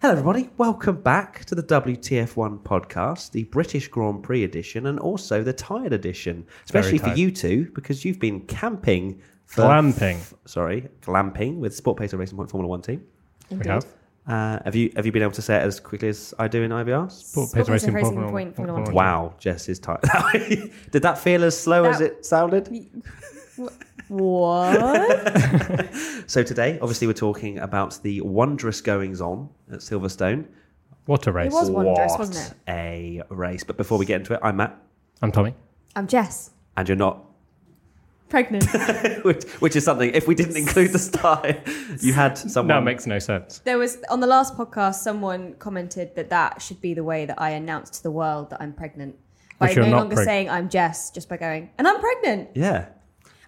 Hello, everybody. Welcome back to the WTF1 podcast, the British Grand Prix edition, and also the tired edition, especially for tired. you two, because you've been camping. For, Glamping. sorry, glamping with Sport Pacer Racing Point Formula One team. We have. Uh, have you have you been able to say it as quickly as I do in IBR? Sport Sport Pace Pace Racing Racing Formula Point One. Formula One. Wow, Jess is tired. Did that feel as slow as That- it sounded? What? So today, obviously, we're talking about the wondrous goings on at Silverstone. What a race. It was wondrous, what wasn't it? a race! But before we get into it, I'm Matt, I'm Tommy. I'm Jess. and you're not, Pregnant. which, which is something. If we didn't include the star, you had someone. That makes no sense. There was on the last podcast, someone commented that that should be the way that I announce to the world that I'm pregnant by If you're no not longer preg- saying I'm Jess, just by going and I'm pregnant. yeah,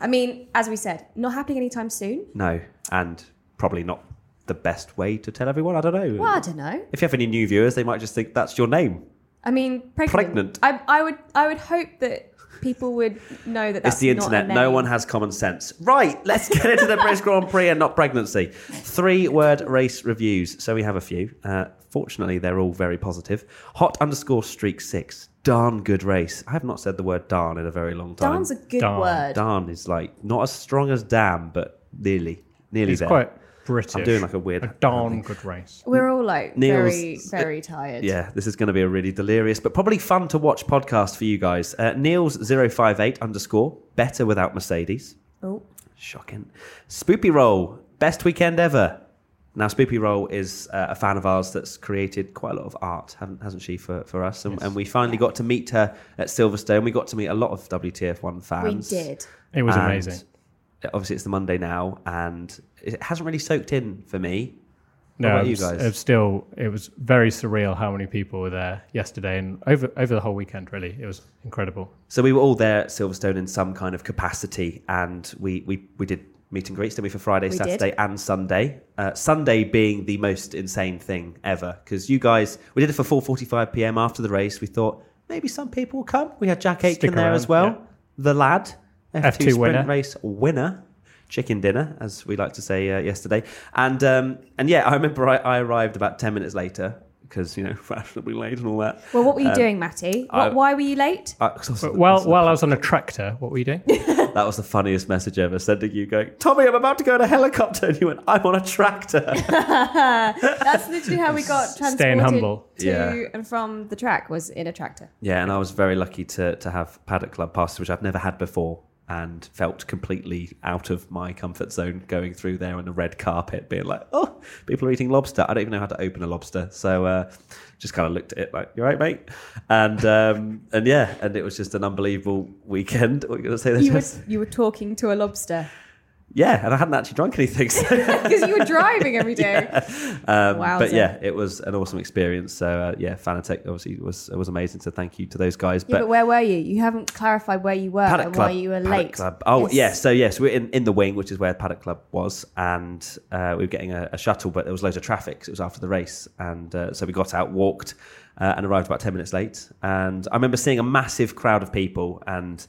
I mean, as we said, not happening anytime soon. no, and probably not the best way to tell everyone. I don't know. Well, I don't know. If you have any new viewers, they might just think that's your name. I mean, pregnant. Pregnant. I, I would I would hope that people would know that that's it's the not a internet. No name. one has common sense. Right, let's get into the British Grand Prix and not pregnancy. Three word race reviews. So we have a few. Uh, fortunately, they're all very positive. Hot underscore streak six. Darn good race. I have not said the word darn in a very long time. Darn's a good Darn. word. Darn is like not as strong as damn, but nearly. Nearly It's there. quite British. I'm doing like a weird- A darn good race. We're all like Neil's- very very tired. Yeah, this is going to be a really delirious, but probably fun to watch podcast for you guys. Uh, Niels058 underscore, better without Mercedes. Oh. Shocking. Spoopy Roll, best weekend ever. Now, Spoopy Roll is uh, a fan of ours that's created quite a lot of art, haven't, hasn't she, for, for us? And, and we finally got to meet her at Silverstone. We got to meet a lot of WTF1 We fans. did. It was And amazing. Obviously, it's the Monday now, and it hasn't really soaked in for me. No, about I'm you s- guys? I'm still, it was very surreal how many people were there yesterday and over over the whole weekend. Really, it was incredible. So we were all there at Silverstone in some kind of capacity, and we we, we did meet and greets, didn't we, for Friday, We Saturday, and Sunday. Uh, Sunday being the most insane thing ever because you guys we did it for four forty five p.m. after the race. We thought maybe some people will come. We had Jack Aitken there around, as well, yeah. the lad, F2, F2 sprint winner. race winner. Chicken dinner, as we like to say uh, yesterday, and um, and yeah, I remember I, I arrived about ten minutes later because you know fashionably late and all that. Well, what were you doing, Matty? What, Um, I- why were you late? Uh, 'cause I was- But I while was- while I was on a tractor, what were you doing? That was the funniest message ever. Sending you going, Tommy, I'm about to go in a helicopter, and you went, I'm on a tractor. That's literally how we got transported Staying humble. to Yeah. and from the track was in a tractor. yeah, and I was very lucky to to have paddock club passes, which I've never had before, and felt completely out of my comfort zone going through there on the red carpet, being like, oh, people are eating lobster. I don't even know how to open a lobster, so uh, just kind of looked at it like, you all right, mate? And um, and yeah, and it was just an unbelievable weekend. What are you gonna say? There, You were, Jess? you were talking to a lobster Yeah, and I hadn't actually drunk anything. So because you were driving every day. Um, but Wowza. yeah, it was an awesome experience. So uh, yeah, Fanatec obviously was was amazing. So thank you to those guys. Yeah, but where were you? You haven't clarified where you were Paddock and Club, why you were Paddock late. Club. Oh yeah, so yes, we're in, in the wing, which is where Paddock Club was, and uh, we were getting a, a shuttle, but there was loads of traffic. 'cause it was after the race, and uh, so we got out, walked, uh, and arrived about ten minutes late. And I remember seeing a massive crowd of people, and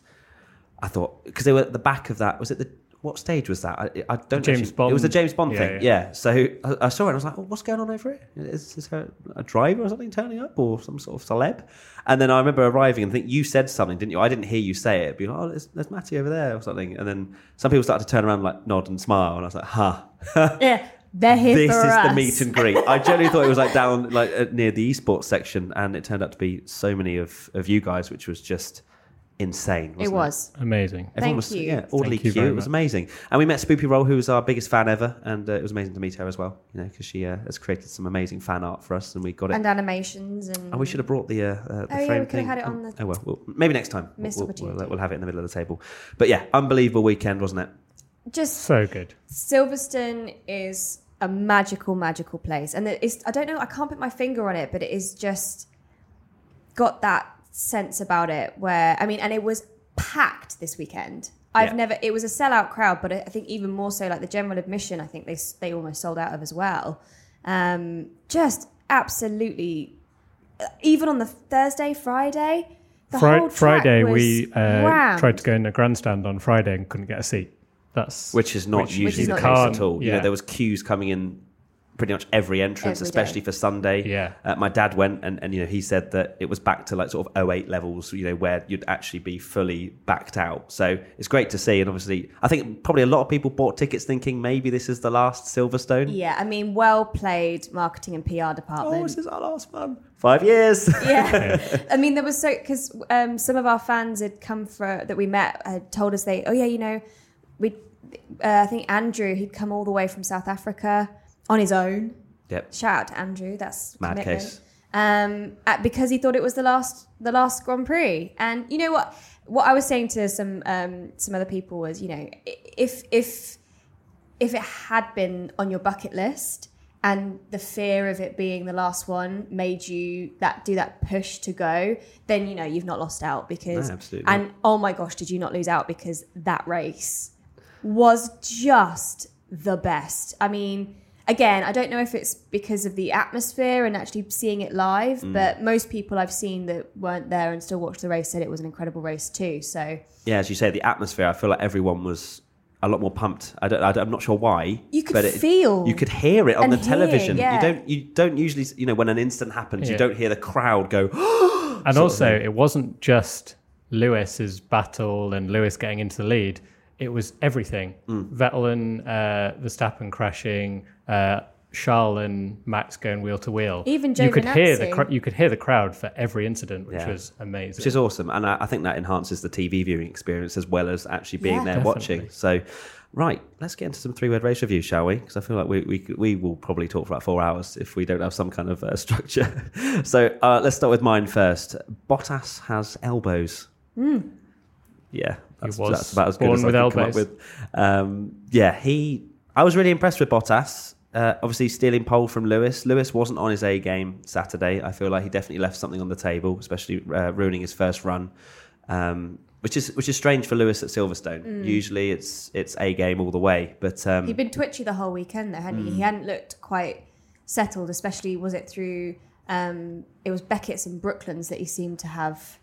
I thought because they were at the back of that. Was it the what stage was that? I, I don't. James actually- It was the Bond. James Bond Yeah, thing. Yeah. yeah. So I, I saw it. and I was like, oh, "What's going on over here? Is, is there a driver or something turning up, or some sort of celeb?" And then I remember arriving and think you said something, didn't you? I didn't hear you say it. Be like, "Oh, there's, there's Matty over there" or something. And then some people started to turn around, like nod and smile, and I was like, "Ha." Yeah, they're here This for is us. the meet and greet. I generally thought it was like down like uh, near the esports section, and it turned out to be so many of, of you guys, which was just insane. it wasn't was. Amazing. Everyone Thank was you. yeah, orderly Thank you cute. It very was much. amazing, and we met Spoopy Roll, who was our biggest fan ever, and uh, it was amazing to meet her as well. You know, because she uh, has created some amazing fan art for us, and we got it. And animations and and we should have brought the uh, uh, the Oh, yeah, we frame could have thing. had it Um, on the- Oh well, well, maybe next time. Missed we'll, opportunity. We'll, we'll have it in the middle of the table. But yeah, unbelievable weekend, wasn't it? just So good. Silverstone is a magical, magical place, and it's I don't know, I can't put my finger on it, but it is just got that sense about it where I mean, and it was packed this weekend. I've Yeah. never. It was a sellout crowd, but I think even more so, like the general admission, I think they s- they almost sold out of as well. Um, just absolutely, uh, even on the Thursday, Friday, the Fri- whole track Friday, was we uh, rammed. tried to go in the grandstand on Friday and couldn't get a seat. That's Which is not Which- usually which is the not case at usual. all. You know, Yeah. there was queues coming in pretty much every entrance, Every day. especially for Sunday. Yeah. Uh, my dad went and, and you know he said that it was back to like sort of 08 levels, you know, where you'd actually be fully backed out. So it's great to see. And obviously, I think probably a lot of people bought tickets thinking maybe this is the last Silverstone. Yeah, I mean, well played marketing and PR Oh, department. this is our last one. Five years. yeah. I mean, there was so because um, some of our fans had come for that we met had told us they, oh yeah, you know, we, uh, I think Andrew he'd come all the way from South Africa on his own. yep. Shout out to Andrew, that's Mad commitment. case. Um, at, because he thought it was the last, the last Grand Prix, and you know what? What I was saying to some um, some other people was, you know, i- if if if it had been on your bucket list and the fear of it being the last one made you that do that push to go then you know you've not lost out because No, absolutely and oh my gosh did you not lose out because that race was just the best i mean again i don't know if it's because of the atmosphere and actually seeing it live Mm. but most people i've seen that weren't there and still watched the race said it was an incredible race too so Yeah, as you say, the atmosphere. I feel like everyone was a lot more pumped. I don't. I am not sure why. You could but it- feel You could hear it on and the hear, television. yeah. You don't. You don't usually. You know, when an incident happens, you Yeah. don't hear the crowd go. "Oh," And also, it wasn't just Lewis's battle and Lewis getting into the lead. It was everything. Vettel and uh, Verstappen crashing, uh, Charles and Max going wheel to wheel. Even you could hear the Giovinazzi. cr- you could hear the crowd for every incident, which Yeah. was amazing. which is awesome. And I, I think that enhances the TV viewing experience as well as actually being Yeah. there watching. So, right, let's get into some three word race reviews, shall we? Because I feel like we, we, could- we will probably talk for like four hours if we don't have some kind of uh, structure. so, uh, let's start with mine first. Bottas has elbows. Yeah, that's, was that's about as good born as I with could come up elbows. with. Um, yeah, he. I was really impressed with Bottas. Uh, obviously, stealing pole from Lewis. Lewis wasn't on his A game Saturday. I feel like he definitely left something on the table, especially uh, ruining his first run, um, which is which is strange for Lewis at Silverstone. Usually, it's it's A game all the way, but um, He'd been twitchy the whole weekend, though, hadn't Hmm. he? He hadn't looked quite settled, especially was it through um, it was Beckett's and Brooklands that he seemed to have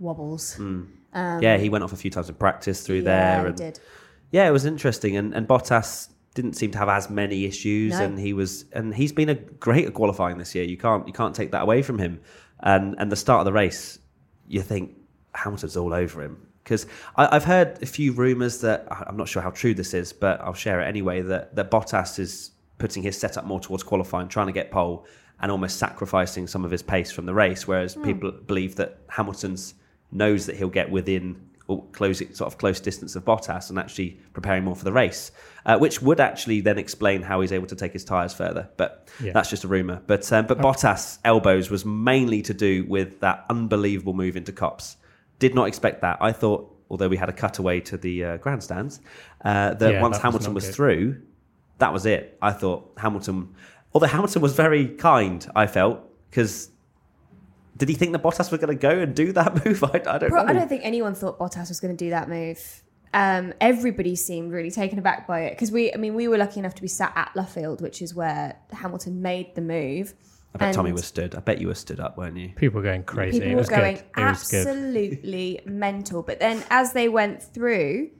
wobbles. Um, yeah, he went off a few times in practice through yeah, Hmm. there. he and- did. Yeah, it was interesting, and and Bottas didn't seem to have as many issues, No. and he was and he's been a great at qualifying this year. You can't you can't take that away from him. And and the start of the race, you think Hamilton's all over him because I've heard a few rumours that I- I'm not sure how true this is, but I'll share it anyway. That that Bottas is putting his setup more towards qualifying, trying to get pole, and almost sacrificing some of his pace from the race, whereas people believe that Hamilton's knows that he'll get within or close sort of close distance of Bottas and actually preparing more for the race, uh, which would actually then explain how he's able to take his tyres further. But Yeah. Oh. that's just a rumor. But um, but Bottas elbows was mainly to do with that unbelievable move into cops. Did not expect that. I thought, although we had a cutaway to the uh, grandstands, uh, that Yeah, once that was Hamilton not was good. through, that was it. I thought Hamilton, although Hamilton was very kind, I felt because. Did he think that Bottas was going to go and do that move? I, I don't Pro- know. I don't think anyone thought Bottas was going to do that move. Um, everybody seemed really taken aback by it because we, I mean, we were lucky enough to be sat at Luffield, which is where Hamilton made the move. I bet Tommy And- was stood. I bet you were stood up, weren't you? People were going crazy. People it were was going good. It was good. absolutely mental. But then as they went through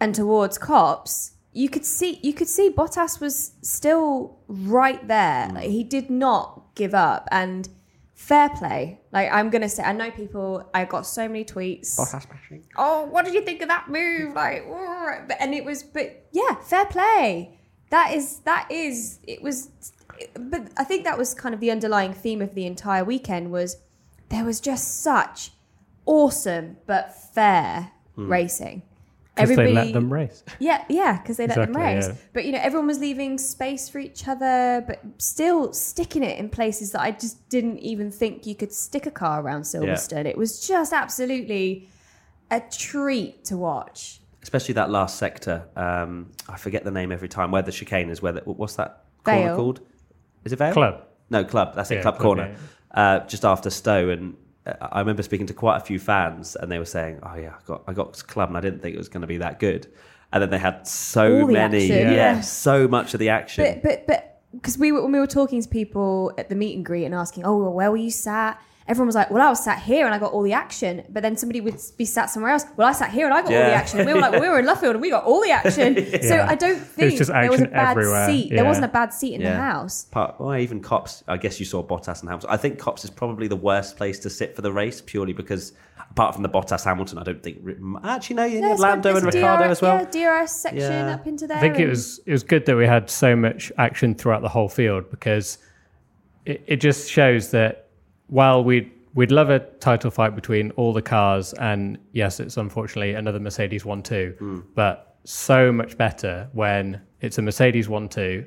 and towards cops, you could see you could see Bottas was still right there. Mm. Like, he did not give up and fair play. Like I'm gonna say I know people I got so many tweets. Bottas bashing. Oh, what did you think of that move? Like "Urgh." but and it was but yeah, fair play. That is that is it was but I think that was kind of the underlying theme of the entire weekend was there was just such awesome but fair racing. Because they let them race. yeah, yeah, because they let them Exactly, race. yeah. But you know, everyone was leaving space for each other, but still sticking it in places that I just didn't even think you could stick a car around Silverstone. It was just absolutely a treat to watch. Especially that last sector. Um, I forget the name every time. Where the chicane is. Where the, what's that corner Vale. called? Is it Vale? Club. No, club. That's it. Yeah, club, club, corner. Uh, just after Stowe, and uh, I remember speaking to quite a few fans, and they were saying, "Oh yeah, I got I got to club, and I didn't think it was going to be that good." And then they had so All the many, action, yeah. yeah. so much of the action. But but but because we were when we were talking to people at the meet and greet and asking, oh, well, where were you sat? everyone was like, "Well, I was sat here and I got all the action," but then somebody would be sat somewhere else. Well, I sat here and I got all Yeah. the action. And we were like, "We were in left field and we got all the action." So Yeah. I don't think just there was a action bad everywhere. seat. Yeah. There wasn't a bad seat in the Yeah. house. Part, well, even Cops. I guess you saw Bottas and Hamilton. I think Cops is probably the worst place to sit for the race, purely because apart from the Bottas Hamilton, I don't think re- actually no, you No, had it's got- Lando there's and a Ricardo DRS as well. Yeah, DRS section Yeah. up into there. I think it and- was it was good that we had so much action throughout the whole field because it, it just shows that while we'd we'd love a title fight between all the cars and yes, it's unfortunately another Mercedes one two, but so much better when it's a Mercedes one two,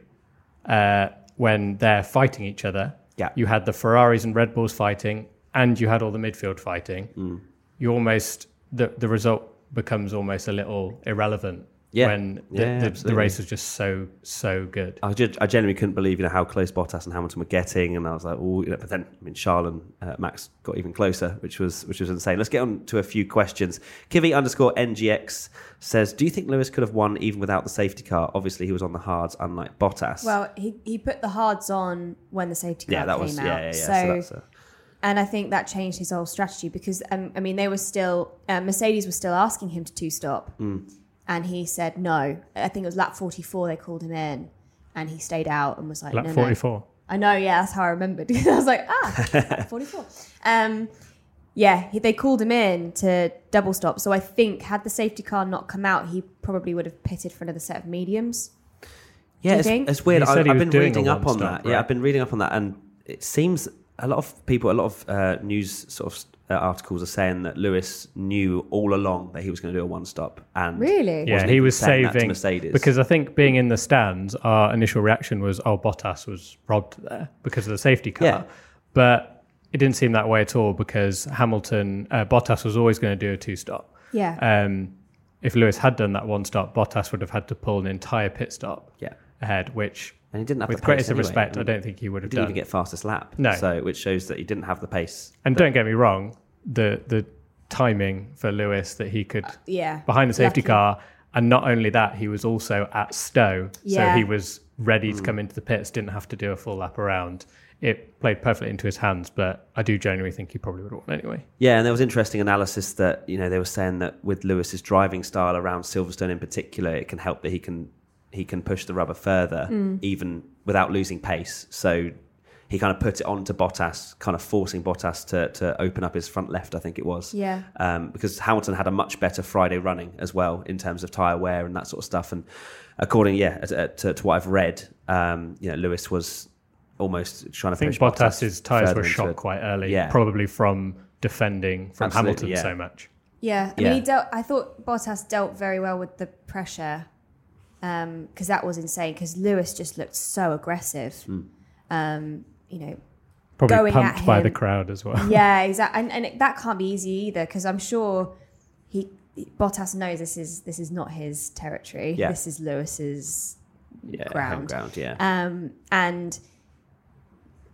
uh, when they're fighting each other. Yeah. You had the Ferraris and Red Bulls fighting and you had all the midfield fighting Mm. you almost the the result becomes almost a little irrelevant Yeah. when the, Yeah, the, the absolutely. race is just so so good. I, just, I genuinely couldn't believe you know how close Bottas and Hamilton were getting, and I was like, oh, you know, but then I mean, Charles and uh, Max got even closer, which was which was insane. Let's get on to a few questions. Kivi underscore ngx says, do you think Lewis could have won even without the safety car? Obviously, he was on the hards, unlike Bottas. Well, he, he put the hards on when the safety car yeah, that came was yeah, out. yeah, yeah. So, that's a, and I think that changed his whole strategy because um, I mean they were still uh, Mercedes was still asking him to two stop, and he said no. I think it was lap forty four they called him in, and he stayed out and was like Lap no, forty no. four. I know, yeah, that's how I remembered. I was like, ah, lap 44. Um, yeah, he, they called him in to double stop. So I think, had the safety car not come out, he probably would have pitted for another set of mediums. Yeah, you it's, think? it's weird. He I, said he I've was been doing a reading up on one-stop, that. Yeah, right? I've been reading up on that, and it seems a lot of people, a lot of uh, news sort of uh, articles are saying that Lewis knew all along that he was going to do a one stop, and Really? Yeah, wasn't he even was saying that to saving Mercedes. because I think being in the stands, our initial reaction was, "Oh, Bottas was robbed there because of the safety car," Yeah. but it didn't seem that way at all because Hamilton, uh, Bottas was always going to do a two stop. Yeah. Um, if Lewis had done that one stop, Bottas would have had to pull an entire pit stop yeah, ahead, which, and he didn't have with the pace greatest of anyway. respect, I I mean, don't think he would he have didn't done. even get fastest lap. No. so which shows that he didn't have the pace. And don't get me wrong, the the timing for Lewis that he could yeah. behind the safety Lucky. car, and not only that, he was also at Stowe, Yeah. so he was ready Hmm. to come into the pits, didn't have to do a full lap around. It played perfectly into his hands, but I do genuinely think he probably would have won anyway. Yeah, and there was interesting analysis that you know they were saying that with Lewis's driving style around Silverstone in particular, it can help that he can he can push the rubber further even without losing pace. So he kind of put it on to Bottas, kind of forcing Bottas to to open up his front left. I think it was Yeah. um, because Hamilton had a much better Friday running as well in terms of tyre wear and that sort of stuff. And according, yeah, to, to, to what I've read, um, you know, Lewis was almost trying to I think push Bottas Bottas's tyres further were into shot a- quite early, Yeah. probably from defending from Absolutely, Hamilton yeah. so much. Yeah. I Yeah. mean, he dealt, I thought Bottas dealt very well with the pressure because that was insane because Lewis just looked so aggressive. Hmm. Um, you know, Probably Going at pumped by the him. crowd as well. yeah, exactly. And, and it, that can't be easy either because I'm sure he Bottas knows this is this is not his territory. Yeah. This is Lewis's, yeah, home ground. ground, yeah. um, and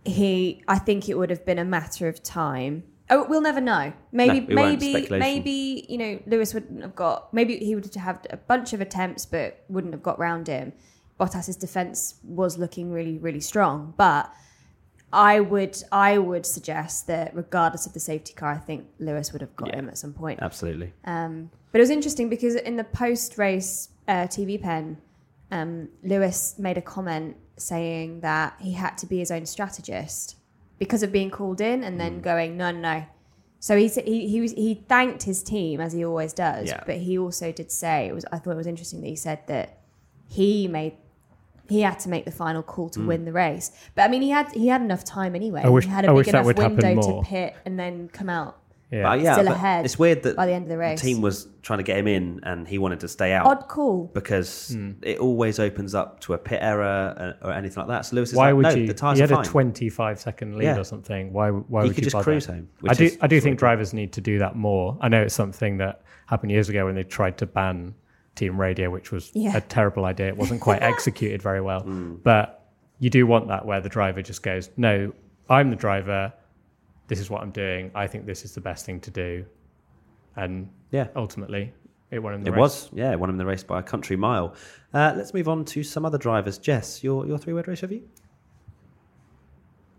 he. I think it would have been a matter of time. Oh, we'll never know. No, Maybe, we won't. maybe, Speculation. maybe you know Lewis wouldn't have got. Maybe he would have had a bunch of attempts, but wouldn't have got round him. Bottas's defense was looking really, really strong, but I would I would suggest that regardless of the safety car, I think Lewis would have got Yeah. him at some point. Absolutely. Um, but it was interesting because in the post race uh, TV pen, um, Lewis made a comment saying that he had to be his own strategist because of being called in and Mm. then going no no. no. So he, s- he he was he thanked his team as he always does, Yeah. but he also did say it was I thought it was interesting that he said that he made he had to make the final call to win the race. But I mean he had he had enough time anyway. Mm. I wish- he had I a big wish that enough would happen window more. to pit and then come out. Yeah. But yeah, Still but ahead It's weird that by the end of the race. team was trying to get him in and he wanted to stay out Odd call. because Hmm. it always opens up to a pit error uh, or anything like that. So Lewis is why like, would no, you? the tyres he are had fine. a 25 second lead Yeah. or something. Why? Why He would could you just bother? cruise home, I which do. is I do sort think of- drivers need to do that more. I know it's something that happened years ago when they tried to ban team radio, which was Yeah. a terrible idea. It wasn't quite executed very well, Hmm. but you do want that where the driver just goes, "No, I'm the driver. This is what I'm doing. I think this is the best thing to do," and Yeah. ultimately, it won him the It race. was, yeah, won him the race by a country mile. Uh, let's move on to some other drivers. Jess, your your three word race review?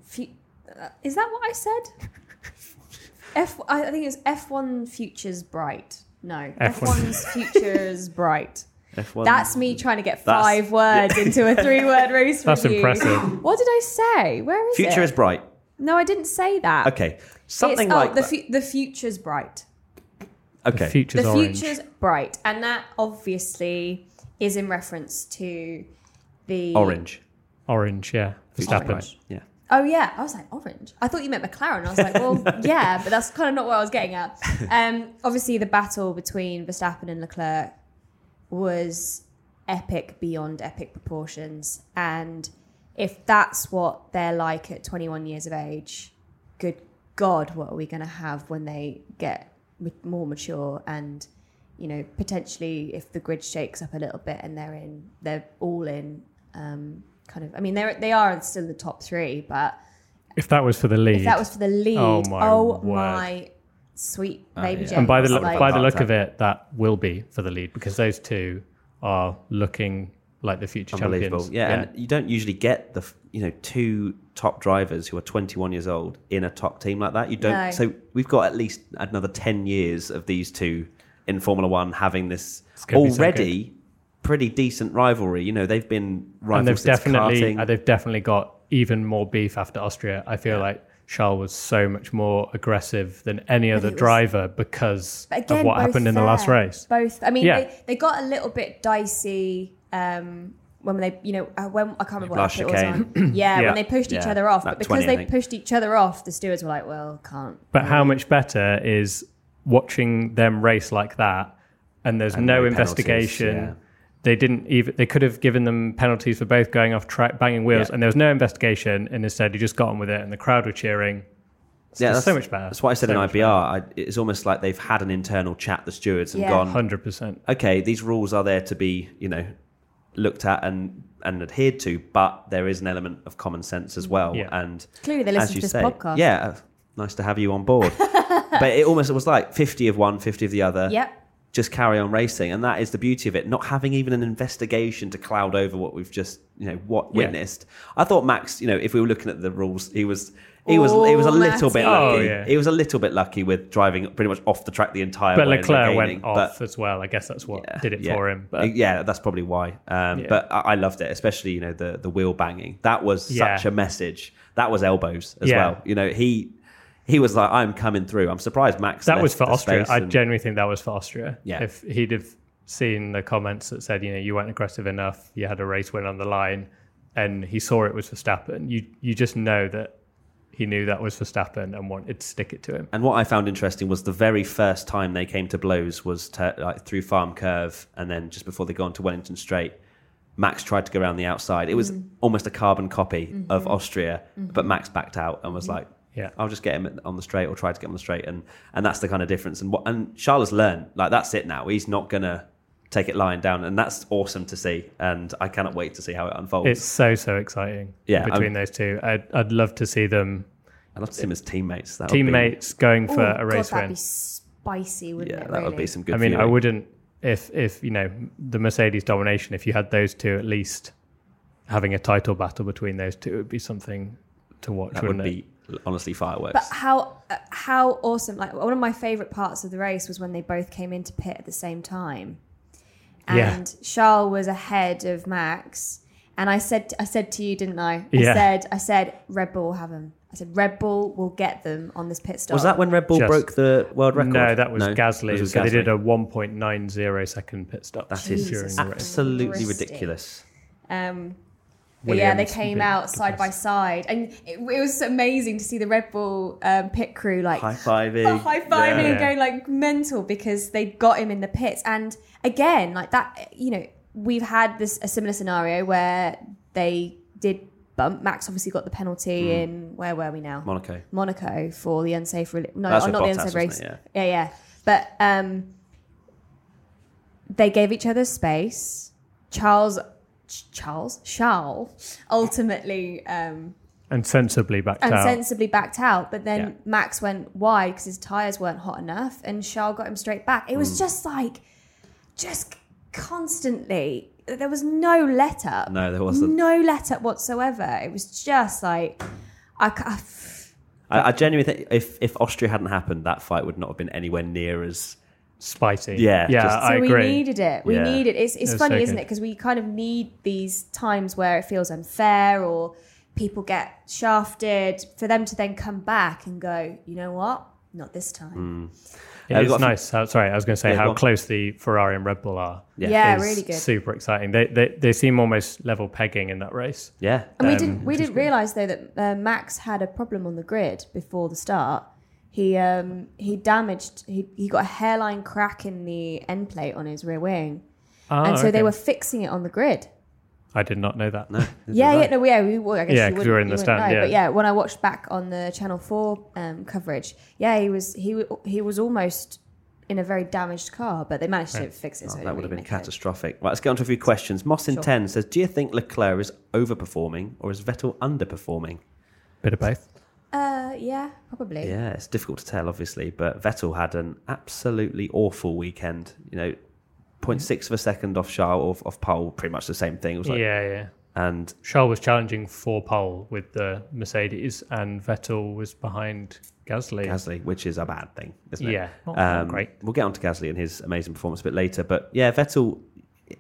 Fu- uh, is that what I said? F, I think it was F1 Futures Bright. No, F1. F1's Futures Bright. F1. That's me trying to get That's- five words into a three-word race That's review. impressive. What did I say? Where is future it? is bright. No, I didn't say that. Okay, something It's- oh, like the that. fu- the future's bright. okay. The future's the orange. future's bright, and that obviously is in reference to the Orange. Orange, yeah. Future's Verstappen. bright. Yeah. Oh yeah, I was like orange. I thought you meant McLaren. I was like, well, yeah, but that's kind of not what I was getting at. Um, obviously, the battle between Verstappen and Leclerc was epic beyond epic proportions, and if that's what they're like at 21 years of age, good God, what are we going to have when they get ma- more mature and you know potentially if the grid shakes up a little bit and they're in, they're all in. Um, kind of, I mean, they're they are still the top three, but If that was for the lead. if that was for the lead, Oh oh my my, word. sweet Oh, baby yeah. Jesus. and by the It's look, like- by the look of it, that will be for the lead because those two are looking like the future Unbelievable. champions. Yeah, and you don't usually get the f- you know two top drivers who are 21 years old in a top team like that. You don't. No. So we've got at least another 10 years of these two in Formula One having this gonna be so already pretty decent rivalry. You know they've been rivals and they've since definitely karting. uh, they've definitely got even more beef after Austria. I feel like Charles was so much more aggressive than any other it was- driver because But again, of what both happened in the last fair. race. Both. I mean, Yeah. they, they got a little bit dicey um, when they, you know, uh, when I can't remember Last what lap it was on. Yeah, Yeah. when they pushed each Yeah, other off. lap But because 20, I they think. pushed each other off, the stewards were like, well, can't. But Mm. how much better is watching them race like that and there's And no, no penalties, investigation. yeah. They didn't even they could have given them penalties for both going off track banging wheels Yeah. and there was no investigation and instead he just got on with it and the crowd were cheering. It's Yeah, just that's so much better. That's what I said So in much IBR. I, it's almost like they've had an internal chat, the stewards, and Yeah. gone, Hundred percent. okay, these rules are there to be, you know, looked at and and adhered to, but there is an element of common sense as well. Yeah. And Clearly, they as listen you to this say, podcast. yeah, uh, nice to have you on board. but it almost was like 50 of one, 50 of the other. Yep. Just carry on racing, and that is the beauty of it. Not having even an investigation to cloud over what we've just, you know, what Yeah. witnessed. I thought Max, you know, if we were looking at the rules, he was, he was, he was a Oh, little bit Maxi. lucky. Oh, yeah. He was a little bit lucky with driving pretty much off the track the entire But way. and Leclerc gaining, went but- off as well. I guess that's what did it yeah. Uh, for him. But yeah, that's probably why. Um, Yeah. But I, I loved it, especially you know the the wheel banging. That was Yeah. such a message. That was elbows as Yeah. well. You know he he was like, I'm coming through. I'm surprised Max. That left was for the Austria. space I and- genuinely think that was for Austria. Yeah. If he'd have seen the comments that said, you know, you weren't aggressive enough, you had a race win on the line, and he saw it was Verstappen, you you just know that he knew that was Verstappen and wanted to stick it to him. and what I found interesting was the very first time they came to blows was to, like through Farm Curve, and then just before they got onto Wellington Straight, Max tried to go around the outside. It was Mm-hmm. almost a carbon copy of Austria, but Max backed out and was like, Yeah. I'll just get him on the straight or try to get him on the straight, and and that's the kind of difference. And what and Charles learned like that's it now. He's not gonna take it lying down, and that's awesome to see. And I cannot wait to see how it unfolds. It's so so exciting. Yeah, Between I'm- those two, I'd I'd love to see them I'd love to see him as teammates. That would be- teammates going for Oh, a race God, that'd win. be spicy, wouldn't yeah, it? that Really? would be some good. eh? I mean, I viewing. wouldn't if if you know the Mercedes domination. If you had those two, at least having a title battle between those two would be something to watch. That would wouldn't it? be honestly fireworks. But how uh, how awesome! Like one of my favorite parts of the race was when they both came into pit at the same time, Yeah. and Charles was ahead of Max. And I said, I said to you, didn't I? I Yeah. said, I said, Red Bull will have them. I said, Red Bull will get them on this pit stop. was that when Red Bull Just- broke the world record? No, that was Gasly. This was so they Gasly. did a 1.90 second pit stop. That is during the race. absolutely Interesting. ridiculous. Um, but yeah, they Williams came being out side by depressed. side, and it, it was amazing to see the Red Bull um, pit crew like High fiving, high fiving Yeah. and going like mental because they got him in the pits. And again, like that, you know, we've had this a similar scenario where they did bump. Max obviously got the penalty Mm. in where were we now? Monaco. Monaco for the unsafe. Rel- no, That's oh, with Bottas, not the unsafe wasn't it? race. yeah, yeah. But um, they gave each other space. Charles, Ch- Charles, Charles, ultimately um, And sensibly backed and out. sensibly backed out. But then Yeah. Max went wide because his tires weren't hot enough, and Charles got him straight back. It Mm. was just like, just constantly. There was no let up. No, there wasn't. No let up whatsoever. It was just like, I, ca- I I, I genuinely think if if Austria hadn't happened, that fight would not have been anywhere near as. Spicy. Yeah, Yeah, just- So I we agree. needed it. We Yeah. need it. It's, it's It was funny, so isn't it? good. Because we kind of need these times where it feels unfair or people get shafted for them to then come back and go, you know what? Not this Mm. time. Uh, It we've is got a few- nice. How, sorry, I was going to say Yeah, go how on. close the Ferrari and Red Bull are. Yeah. Yeah, is really good. Super exciting. They, they they seem almost level pegging in that race. Yeah, and we um, didn't we didn't realize though that uh, Max had a problem on the grid before the start. He um he damaged he, he got a hairline crack in the end plate on his rear wing, Ah, and so okay. they were fixing it on the grid. I did not know that. no, Yeah, yeah, no, yeah, we were. I guess Yeah, you 'cause we were wouldn't- in the you wouldn't stand, know, But yeah. yeah, when I watched back on the Channel Four um, coverage, yeah, he was he w- he was almost in a very damaged car, but they managed to fix it. Oh, so it that didn't would have been really make a difference. catastrophic. Right, let's get on to a few questions. Moss in Sure. 10 says, Do you think Leclerc is overperforming or is Vettel underperforming? Bit of both. Uh, yeah, probably. Yeah, it's difficult to tell, obviously, but Vettel had an absolutely awful weekend. You know, 0.6 of a second off Charles, off, off pole, pretty much the same thing. It was like, yeah, yeah. And Charles was challenging for pole with the Mercedes, and Vettel was behind Gasly. Gasly, which is a bad thing, isn't it? Um, Yeah, not- not great. We'll get on to Gasly and his amazing performance a bit later. But yeah, Vettel.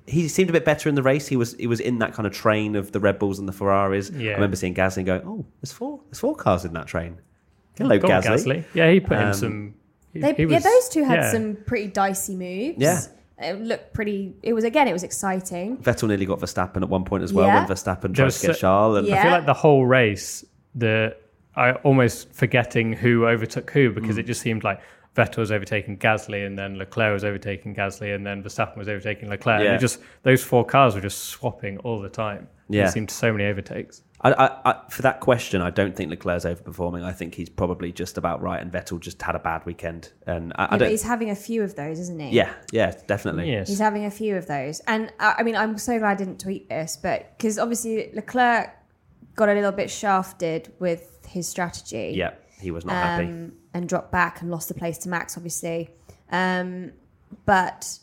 He seemed a bit better in the race. He was he was in that kind of train of the Red Bulls and the Ferraris. Yeah. Oh, I remember seeing Gasly and going, "Oh, there's four there's four cars in that train." Hello, Go on, Gasly. Yeah, he put Um, in some. He, They, he yeah, was- those two had yeah. some pretty dicey moves. Yeah. it looked pretty. It was again, it was exciting. Vettel nearly got Verstappen at one point as well Yeah. when Verstappen tried Just uh, to get so- Charles. And Yeah. I feel like the whole race, the I almost forgetting who overtook who Hmm. because it just seemed like Vettel was overtaking Gasly and then Leclerc was overtaking Gasly and then Verstappen was overtaking Leclerc. Yeah. And it just those four cars were just swapping all the time. Yeah. There seemed so many overtakes. I, I, I, for that question, I don't think Leclerc's overperforming. I think he's probably just about right, and Vettel just had a bad weekend. And I, I Yeah, but don't. he's having a few of those, isn't he? Yeah, yeah, definitely. Yes. He's having a few of those. And uh, I mean, I'm so glad I didn't tweet this, but because obviously Leclerc got a little bit shafted with his strategy. Yeah, he was not happy. Um, and dropped back and lost the place to Max, obviously. Um, but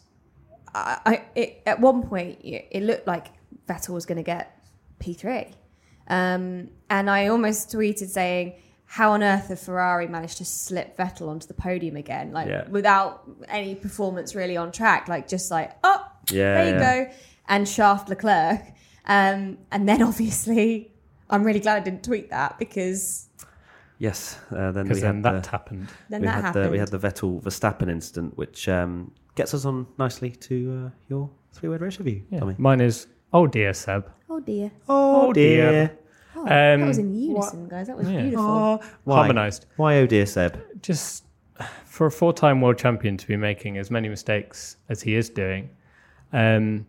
I, I, it, at one point, it it looked like Vettel was going to get P3. Um, and I almost tweeted saying, how on earth have Ferrari managed to slip Vettel onto the podium again, like Yeah. without any performance really on track, like just like, oh, Yeah, there you yeah. go, and shaft Leclerc. Um, and then obviously, I'm really glad I didn't tweet that because Yes, uh, then we Because then had the, that happened. then we that had happened. the we had the Vettel Verstappen incident, which um, gets us on nicely to uh, your three word race review, Yeah. Tommy. Mine is oh dear Seb. Oh dear. Oh Oh dear. Oh, Um, that was in unison, guys. That was Yeah. beautiful. Oh, why? Harmonised. Why, oh dear, Seb? just for a four-time world champion to be making as many mistakes as he is doing, um,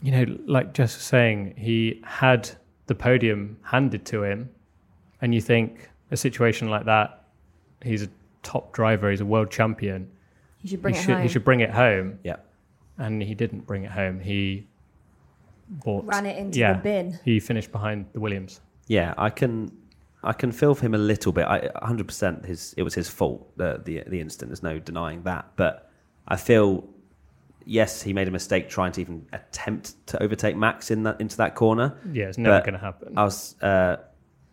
you know, like just saying, he had the podium handed to him, and you think a situation like that, he's a top driver, he's a world champion, You should bring he it should home. he should bring it home, Yeah, and he didn't bring it home. He bought Ran it into yeah, the bin. He finished behind the Williams. yeah, I can. I can feel for him a little bit. I 100% his it was his fault the the the incident. There's no denying that. But I feel yes, he made a mistake trying to even attempt to overtake Max in that into that corner. Yeah, it's never But- going to happen. I was uh,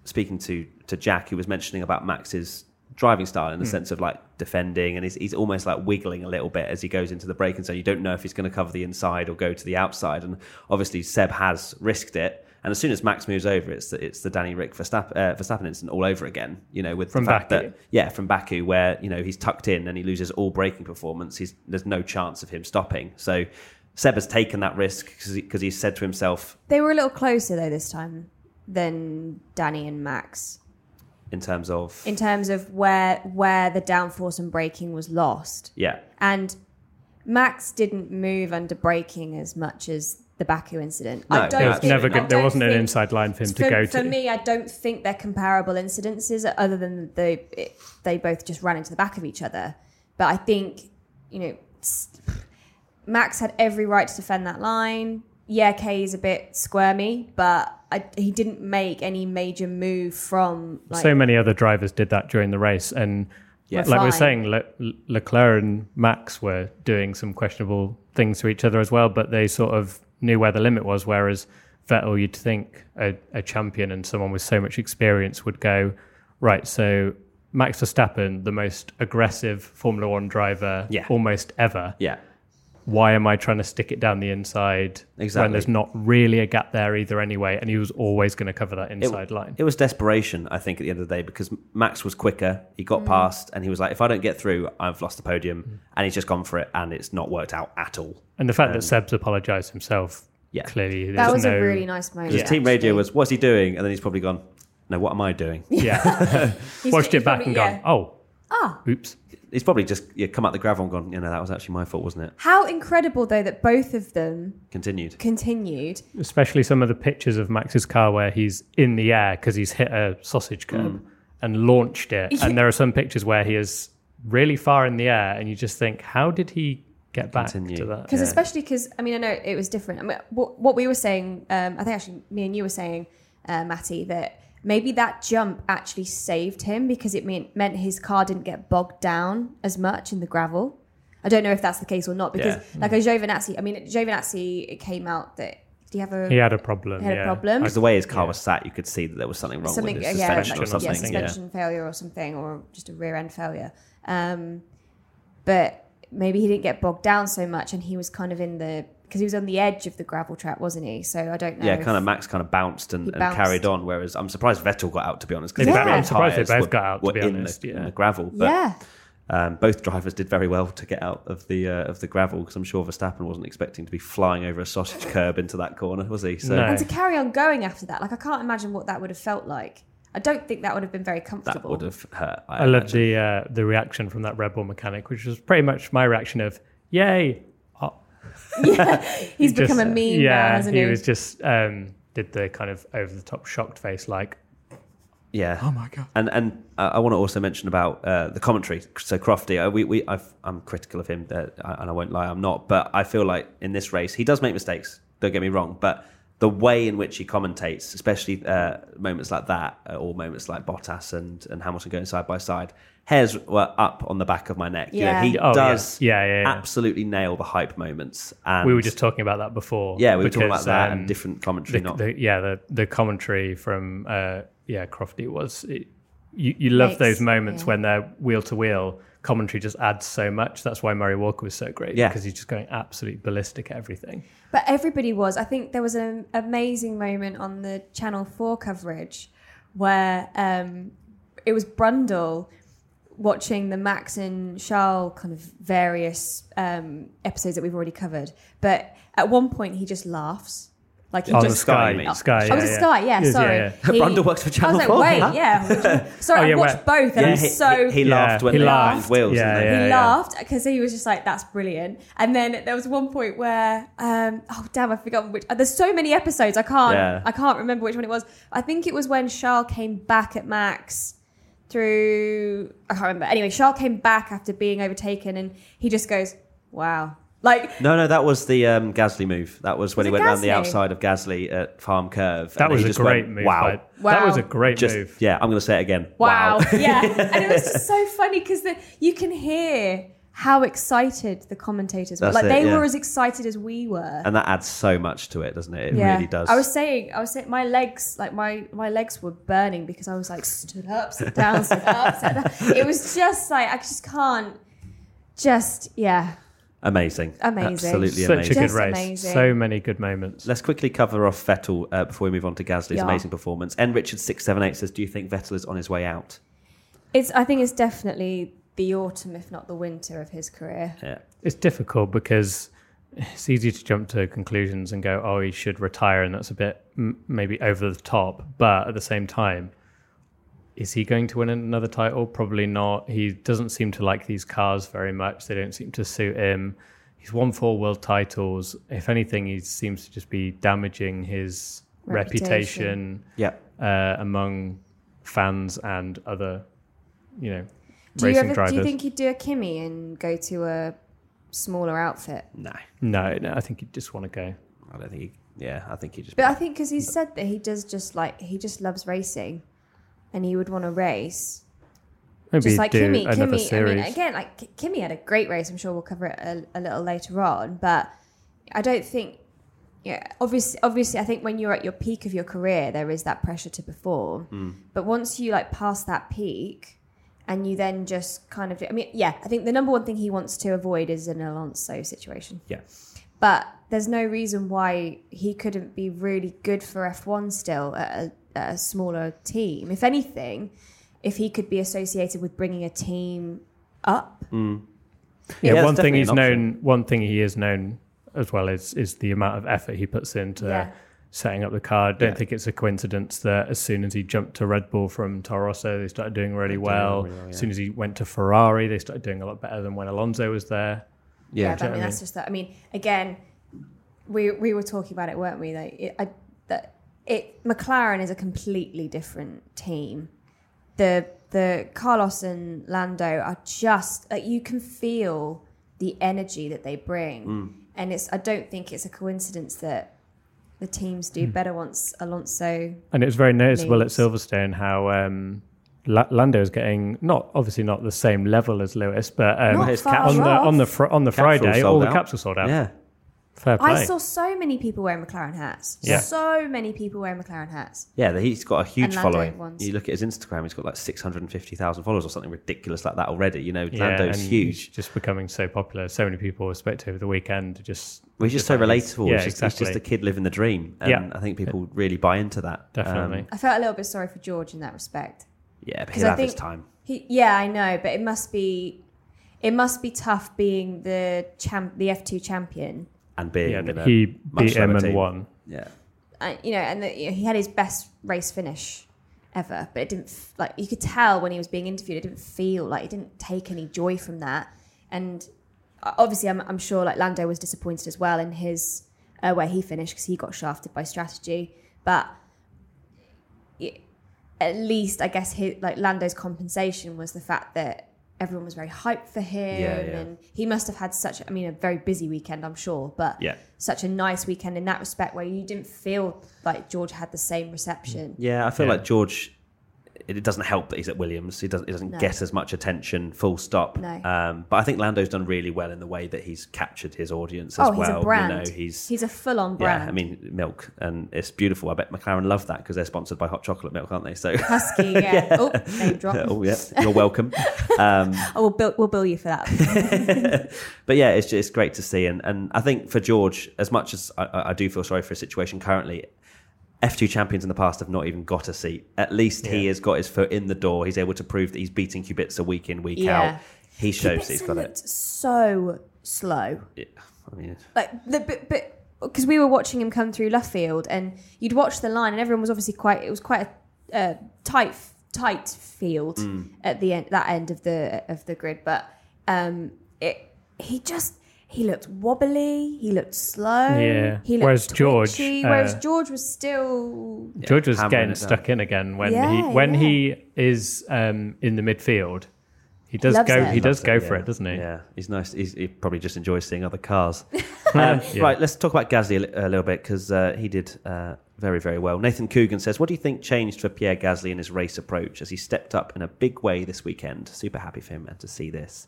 speaking to to Jack, who was mentioning about Max's driving style Hmm. in the sense of like defending, and he's he's almost like wiggling a little bit as he goes into the break, and so you don't know if he's going to cover the inside or go to the outside. And obviously, Seb has risked it. And as soon as Max moves over, it's the, it's the Danny Rick Verstappen, uh, Verstappen incident all over again. You know, with From the fact Baku. that yeah, from Baku, where you know he's tucked in and he loses all braking performance. He's there's no chance of him stopping. So Seb has taken that risk because he's said to himself, They were a little closer though this time than Danny and Max in terms of in terms of where where the downforce and braking was lost. yeah, And Max didn't move under braking as much as the Baku incident. No, I no, don't There Yeah, was it's think, never I good, there don't wasn't an think- inside line for him to for, go for to. me, I don't think they're comparable incidences, other than they it, they both just ran into the back of each other. But I think you know, s- Max had every right to defend that line. Yeah, Kay is a bit squirmy, but I, he didn't make any major move from like so many other drivers did that during the race, and Yeah. like we were Fine. saying, Le- Le- Leclerc and Max were doing some questionable things to each other as well, but they sort of knew where the limit was. Whereas Vettel, you'd think a, a champion and someone with so much experience would go, right, so Max Verstappen the most aggressive Formula One driver Yeah. almost ever. Yeah. Why am I trying to stick it down the inside Exactly. when there's not really a gap there either anyway? And he was always going to cover that inside line. It was desperation, I think, at the end of the day, because Max was quicker. He Mm. got past, and he was like, "If I don't get through, I've lost the podium." Mm. And he's just gone for it, and it's not worked out at all. and the fact that Seb's apologised himself, um, Yeah. clearly there's That was no, a really nice moment. His team radio actually. was, "What's he doing?" And then he's probably gone, "No, what am I doing?" yeah. He's- Watched he's it back probably- and yeah. gone, oh, Ah. oops. He's probably just yeah, come out the gravel and gone, "You know, that was actually my fault, wasn't it?" How incredible though that both of them Continued. continued. especially some of the pictures of Max's car where he's in the air because he's hit a sausage Mm. curb and launched it. Yeah. And there are some pictures where he is really far in the air, and you just think, how did he get back Continue. to that? Because Yeah. especially because I mean I know it was different. I mean what, what we were saying, um, I think actually me and you were saying, uh, Matty, that maybe that jump actually saved him because it meant meant his car didn't get bogged down as much in the gravel. I don't know if that's the case or not because like a Giovinazzi, I mean Giovinazzi, it came out that do you have a He had a problem. he had a yeah. problem? Because the way his car was sat, you could see that there was something wrong something with yeah, his yeah, suspension like, or something. yeah, yeah. suspension failure or something, or just a rear end failure. Um, but maybe he didn't get bogged down so much, and he was kind of in the because he was on the edge of the gravel trap, wasn't he? So I don't know. Yeah, if- kind of Max kind of bounced and, He and bounced. carried on. Whereas I'm surprised Vettel got out to be honest. Yeah. their I'm surprised they tyres both were- got out, to were be in the- honest, in the, yeah. gravel. But Yeah, um, both drivers did very well to get out of the uh, of the gravel because I'm sure Verstappen wasn't expecting to be flying over a sausage curb into that corner, was he? So No. and to carry on going after that, like I can't imagine what that would have felt like. I don't think that would have been very that comfortable. would have hurt. I, I love imagine. the uh, the reaction from that Red Bull mechanic, which was pretty much my reaction of, yay. Oh, He's become just- a meme Yeah, now, hasn't he? he was just um, did the kind of over the top shocked face, like yeah. Oh my god. And and uh, I want to also mention about uh, the commentary. So Crofty, uh, we we I've, I'm critical of him, uh, and I won't lie, I'm not. But I feel like in this race, he does make mistakes. Don't get me wrong, but the way in which he commentates, especially uh, moments like that, uh, or moments like Bottas and, and Hamilton going side by side, hairs were up on the back of my neck. You know, Yeah. he Oh, yeah. does Yeah, yeah, yeah. absolutely nail the hype moments. And we were just talking about that before. yeah, we were talking because, about that um, and different commentary. the, not the, yeah the the commentary from uh yeah crofty was it, you, you love Makes- those moments yeah. when they're wheel to wheel commentary just adds so much that's why murray walker was so great Yeah. because he's just going absolutely ballistic at everything But everybody was. I think there was an amazing moment on the Channel 4 coverage where um, it was Brundle watching the Max and Charles kind of various um, episodes that we've already covered. But at one point, he just laughs. Like he On just. the Sky, you mean? sky Oh, was it Sky? Yeah, Yes, sorry. He- Brundle works for Channel I was like, 4, wait, huh? yeah. sorry, Oh, yeah, I watched both and Yeah, I'm he, so he, he laughed Yeah, when he they laughed. laughed. Wheels, Yeah, didn't they? yeah. he laughed because he was just like, "That's brilliant." And then there was one point where, um, oh damn, I've forgotten which. There's so many episodes, I can't, Yeah. I can't remember which one it was. I think it was when Charles came back at Max through, I can't remember. Anyway, Charles came back after being overtaken, and he just goes, "Wow!" Like No, no, that was the um, Gasly move. That was when he Was went it round the Gasly? outside of Gasly at Farm Curve. that and was he a just great went, move Wow. by- that Wow. was a great Just move yeah, I'm going to say it again. wow, yeah and it was just so funny because you can hear how excited the commentators were That's like it, they yeah. were as excited as we were and that adds so much to it, doesn't it? It really does. I was saying, I was saying, my legs, like my my legs were burning because I was like stood up, sit down, sit up, sit down. It was just like I just can't, just yeah. amazing. Amazing. Absolutely such amazing. a good Just race amazing. so many good moments Let's quickly cover off Vettel uh, before we move on to Gasly's Yeah. amazing performance. N Richard six seven eight says, "Do you think Vettel is on his way out?" It's I think it's definitely the autumn, if not the winter, of his career. Yeah, it's difficult because it's easy to jump to conclusions and go, oh, he should retire, and that's a bit m- maybe over the top. But at the same time, is he going to win another title? Probably not. He doesn't seem to like these cars very much. They don't seem to suit him. He's won four world titles. If anything, he seems to just be damaging his Reputation. reputation, yeah. uh, among fans and other, you know, Do racing you ever drivers. do you think he'd do a Kimmy and go to a smaller outfit? No, no, no, I think he'd just want to go. I don't think. He, yeah, I think he just. But I think because he said that he does just like he just loves racing, and he would want to race. Maybe just like do Kimmy. another Kimmy, series. I mean, again, like K- Kimmy had a great race. I'm sure we'll cover it a, a little later on, but I don't think. Yeah, obviously, obviously, I think when you're at your peak Hmm. of your career, there is that pressure to perform. But once you like pass that peak, and you then just kind of. Do, I mean, yeah, I think the number one thing he wants to avoid is an Alonso situation. Yeah. But there's no reason why he couldn't be really good for F1 still at a, at a smaller team. If anything, if he could be associated with bringing a team up, Yeah, that's one thing definitely he's an option. known. One thing he is known as well is is the amount of effort he puts into Yeah. setting up the car. I don't Yeah. think it's a coincidence that as soon as he jumped to Red Bull from Toro Rosso, they started doing really doing well. really well, yeah. As soon as he went to Ferrari, they started doing a lot better than when Alonso was there. Yeah. but I mean, that's just that. I mean, again, we we were talking about it, weren't we? Like, it, I, that it McLaren is a completely different team. The the Carlos and Lando are just like you can feel the energy that they bring, and it's. I don't think it's a coincidence that the teams do better once Alonso. And it was very noticeable Leaves. at Silverstone how um, La- Lando is getting not obviously not the same level as Lewis, but um, Not his far caps- on the off. on the fr- on the Capsule Friday, sold all the out. capsules sold out. Yeah. Fair play. I saw so many people wearing McLaren hats. Yeah. So many people wearing McLaren hats. Yeah, that he's got a huge And Lando following. ones. You look at his Instagram; he's got like six hundred and fifty thousand followers or something ridiculous like that already. You know, Yeah, Lando's and huge. it's Just becoming so popular. So many people were spoke to over the weekend. Just Well, he's just so like- relatable. Yeah, he's, just, he's exactly. just a kid living the dream, and Yeah. I think people really buy into that. Um, Definitely. I felt a little bit sorry for George in that respect. yeah, but 'Cause he'll I have his think- time. He, yeah, I know, but it must be, it must be tough being the champ, the F two champion. And being yeah, in that a he much beat him lower and team. won. Yeah, Uh, you know, and that you know, he had his best race finish ever, but it didn't f- like you could tell when he was being interviewed, it didn't feel like he didn't take any joy from that. And uh, obviously, I'm, I'm sure like Lando was disappointed as well in his uh, where he finished because he got shafted by strategy, but. y- At least, I guess, his, like Lando's compensation was the fact that everyone was very hyped for him, Yeah, yeah. and he must have had such. I mean, a very busy weekend, I'm sure, but yeah, such a nice weekend in that respect where you didn't feel like George had the same reception. yeah. I feel Yeah. like George. It it doesn't help that he's at Williams. He doesn't. He doesn't No. get as much attention. Full stop. No. Um, but I think Lando's done really well in the way that he's captured his audience as Oh, he's well. a brand. You know, he's He's a full on brand. Yeah, I mean milk, and it's beautiful. I bet McLaren love that because they're sponsored by hot chocolate milk, aren't they? So, Husky, yeah. Oh, name drop. oh yeah, you're welcome. Um, Oh, we'll bill, we'll bill you for that. but yeah, it's it's great to see, and and I think for George, as much as I- I, I do feel sorry for his situation currently. F2 champions in the past have not even got a seat. At least he Yeah. has got his foot in the door. He's able to prove that he's beating Kubica week in, week Yeah. out. He shows that he's Kubica got it. looked so slow. Yeah, I mean, Like the but but because we were watching him come through left field and you'd watch the line and everyone was obviously quite it was quite a uh, tight tight field Mm. at the end that end of the of the grid but um it he just he looked wobbly he looked slow Yeah. he looked Whereas George, twitchy, uh, whereas George was still George was hammering getting it down. stuck in again when he Yeah, when yeah. he is um, in the midfield. He does loves go. it. He does Loves go it, for yeah. it, doesn't he? Yeah, he's nice. He's, he probably just enjoys seeing other cars. um, Right, let's talk about Gasly a li- a little bit because uh, he did uh, very, very well. Nathan Coogan says, "What do you think changed for Pierre Gasly in his race approach as he stepped up in a big way this weekend? Super happy for him and to see this.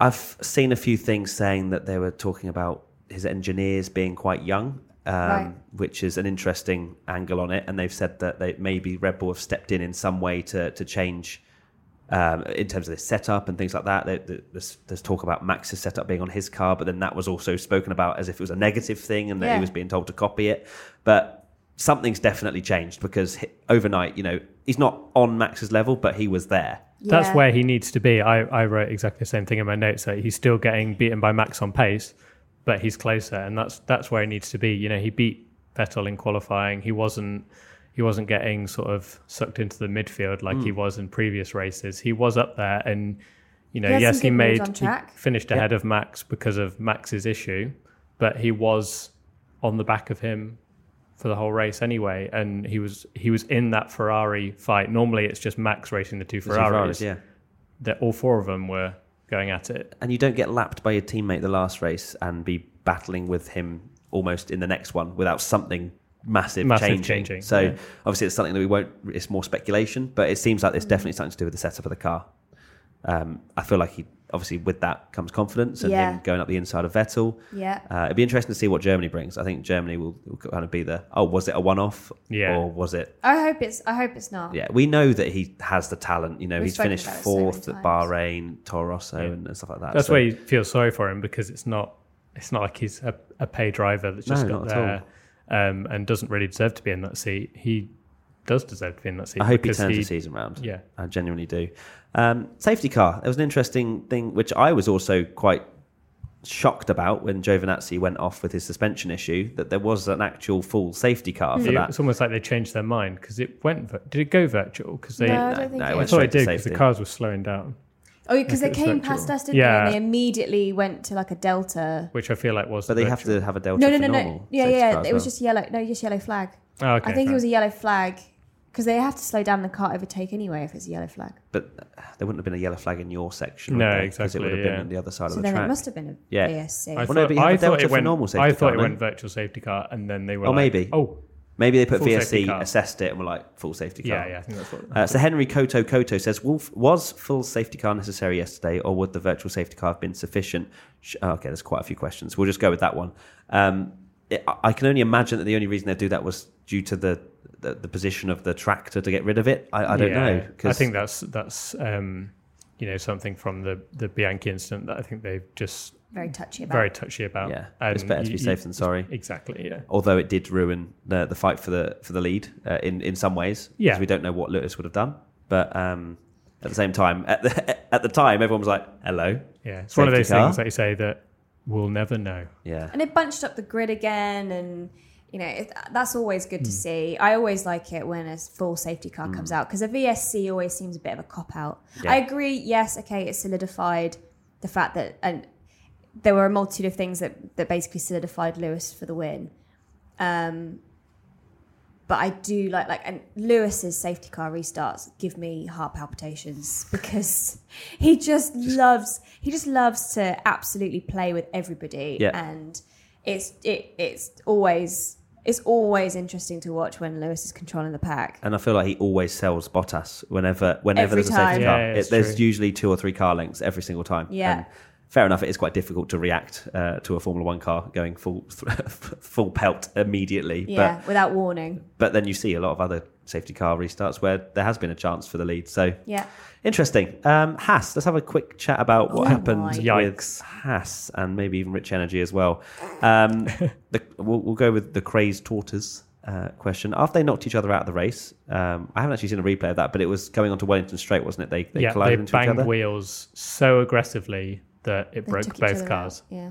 I've seen a few things saying that they were talking about his engineers being quite young." Um, Right. Which is an interesting angle on it, and they've said that they maybe Red Bull have stepped in in some way to to change um, in terms of the setup and things like that. There, there- there's, there's talk about Max's setup being on his car, but then that was also spoken about as if it was a negative thing and that Yeah. he was being told to copy it. But something's definitely changed because he, overnight, you know, he's not on Max's level, but he was there. That's Yeah. where he needs to be. I, I wrote exactly the same thing in my notes. That he's still getting beaten by Max on pace, but he's closer, and that's that's where he needs to be. You know, he beat Vettel in qualifying. He wasn't he wasn't getting sort of sucked into the midfield like he was in previous races. He was up there, and you know, He had yes, some he good moves made on track. he finished ahead of Max because of Max's issue, but he was on the back of him for the whole race anyway, and he was he was in that Ferrari fight. Normally, it's just Max racing the two The two Ferraris. Ferraris, yeah. That all four of them were going at it. And you don't get lapped by your teammate the last race and be battling with him almost in the next one without something massive, Massive changing. changing, So yeah. obviously it's something that we won't. It's more speculation, but it seems like there's definitely something to do with the setup of the car. Um, I feel like he obviously with that comes confidence and Yeah. him going up the inside of Vettel. Yeah. Uh, it'd be interesting to see what Germany brings. I think Germany will, will kind of be the oh, was it a one-off? Yeah. Or was it? I hope it's. I hope it's not. Yeah, we know that he has the talent. You know, We've he's spoken finished about it so many fourth at times. Bahrain, Toro Rosso, Yeah. and, and stuff like that. That's So- why you feel sorry for him because it's not it's not like he's a, a pay driver that's No, just not got at all. there um, and doesn't really deserve to be in that seat. He does deserve to be in that seat. I hope he because turns the season round. Yeah. I genuinely do. Um, safety car. There was an interesting thing which I was also quite shocked about when Giovinazzi went off with his suspension issue that there was an actual full safety car for it- that. It's almost like they changed their mind because it went. vir- Did it go virtual? Because they. No, I don't think no, it it I went is. thought straight it to did because the safety. cars were slowing down, Oh, because they it's came virtual. past us, didn't they? Yeah. And they immediately went to like a delta. which I feel like was. But they have to have a delta No, no, for no, normal. no. Yeah, safety yeah. car It as was well. just yellow. No, just yellow flag. Oh, okay, I think fair. it was a yellow flag because they have to slow down. They can't overtake anyway if it's a yellow flag. But uh, there wouldn't have been a yellow flag in your section. No, Because it would have exactly, been yeah. on the other side of So the then track. it must have been a Yeah. VSC. I Well, thought, no, but you have I a thought delta it for went. normal safety I thought car, it no? went virtual safety car, and then they were. Oh, like, maybe. Oh, Maybe they put Full safety VSC car. assessed it and were like full safety car. yeah, yeah. I think that's what. Uh, so Henry Koto Koto says, Wolf, was full safety car necessary yesterday, or would the virtual safety car have been sufficient? Sh- oh, okay, there's quite a few questions. We'll just go with that one. Um, it, I- I can only imagine that the only reason they do that was due to the, the, the position of the tractor to get rid of it. I, I don't Yeah, know. 'cause- I think that's that's um, you know something from the the Bianchi incident that I think they've just Very touchy about. very touchy about. yeah, And it's better to you- be you- safe than sorry. Exactly. Yeah. Although it did ruin the, the fight for the for the lead uh, in in some ways, Yeah. because we don't know what Lewis would have done. But um, at the same time, at the at the time, everyone was like, "Hello, Yeah. It's one of Safety those car. things that you say that we'll never know. yeah." and it bunched up the grid again and you know it, that's always good Hmm. to see i always like it when a full safety car comes out because a vsc always seems a bit of a cop out Yeah. i agree yes okay it solidified the fact that and there were a multitude of things that that basically solidified lewis for the win um but I do like like and Lewis's safety car restarts give me heart palpitations because he just, loves he just loves to absolutely play with everybody Yeah. and it's it it's always it's always interesting to watch when Lewis is controlling the pack. and I feel like he always sells Bottas whenever whenever Every there's a safety time. car. Yeah, yeah, it's It- there's true. usually two or three car lengths every single time. Yeah. And fair enough. It is quite difficult to react uh, to a Formula One car going full full pelt immediately. Yeah, without warning. But but then you see a lot of other safety car restarts where there has been a chance for the lead. So Yeah. interesting. Um, Haas, let's have a quick chat about what Oh happened my. with Haas and maybe even Rich Energy as well. Um, the, we'll, we'll go with the crazed tortoise. Uh, question after they knocked each other out of the race um, I haven't actually seen a replay of that but it was going on to Wellington Straight wasn't it they, they yeah. They collided into each banged other wheels so aggressively that it They took broke each both other cars. out. Yeah.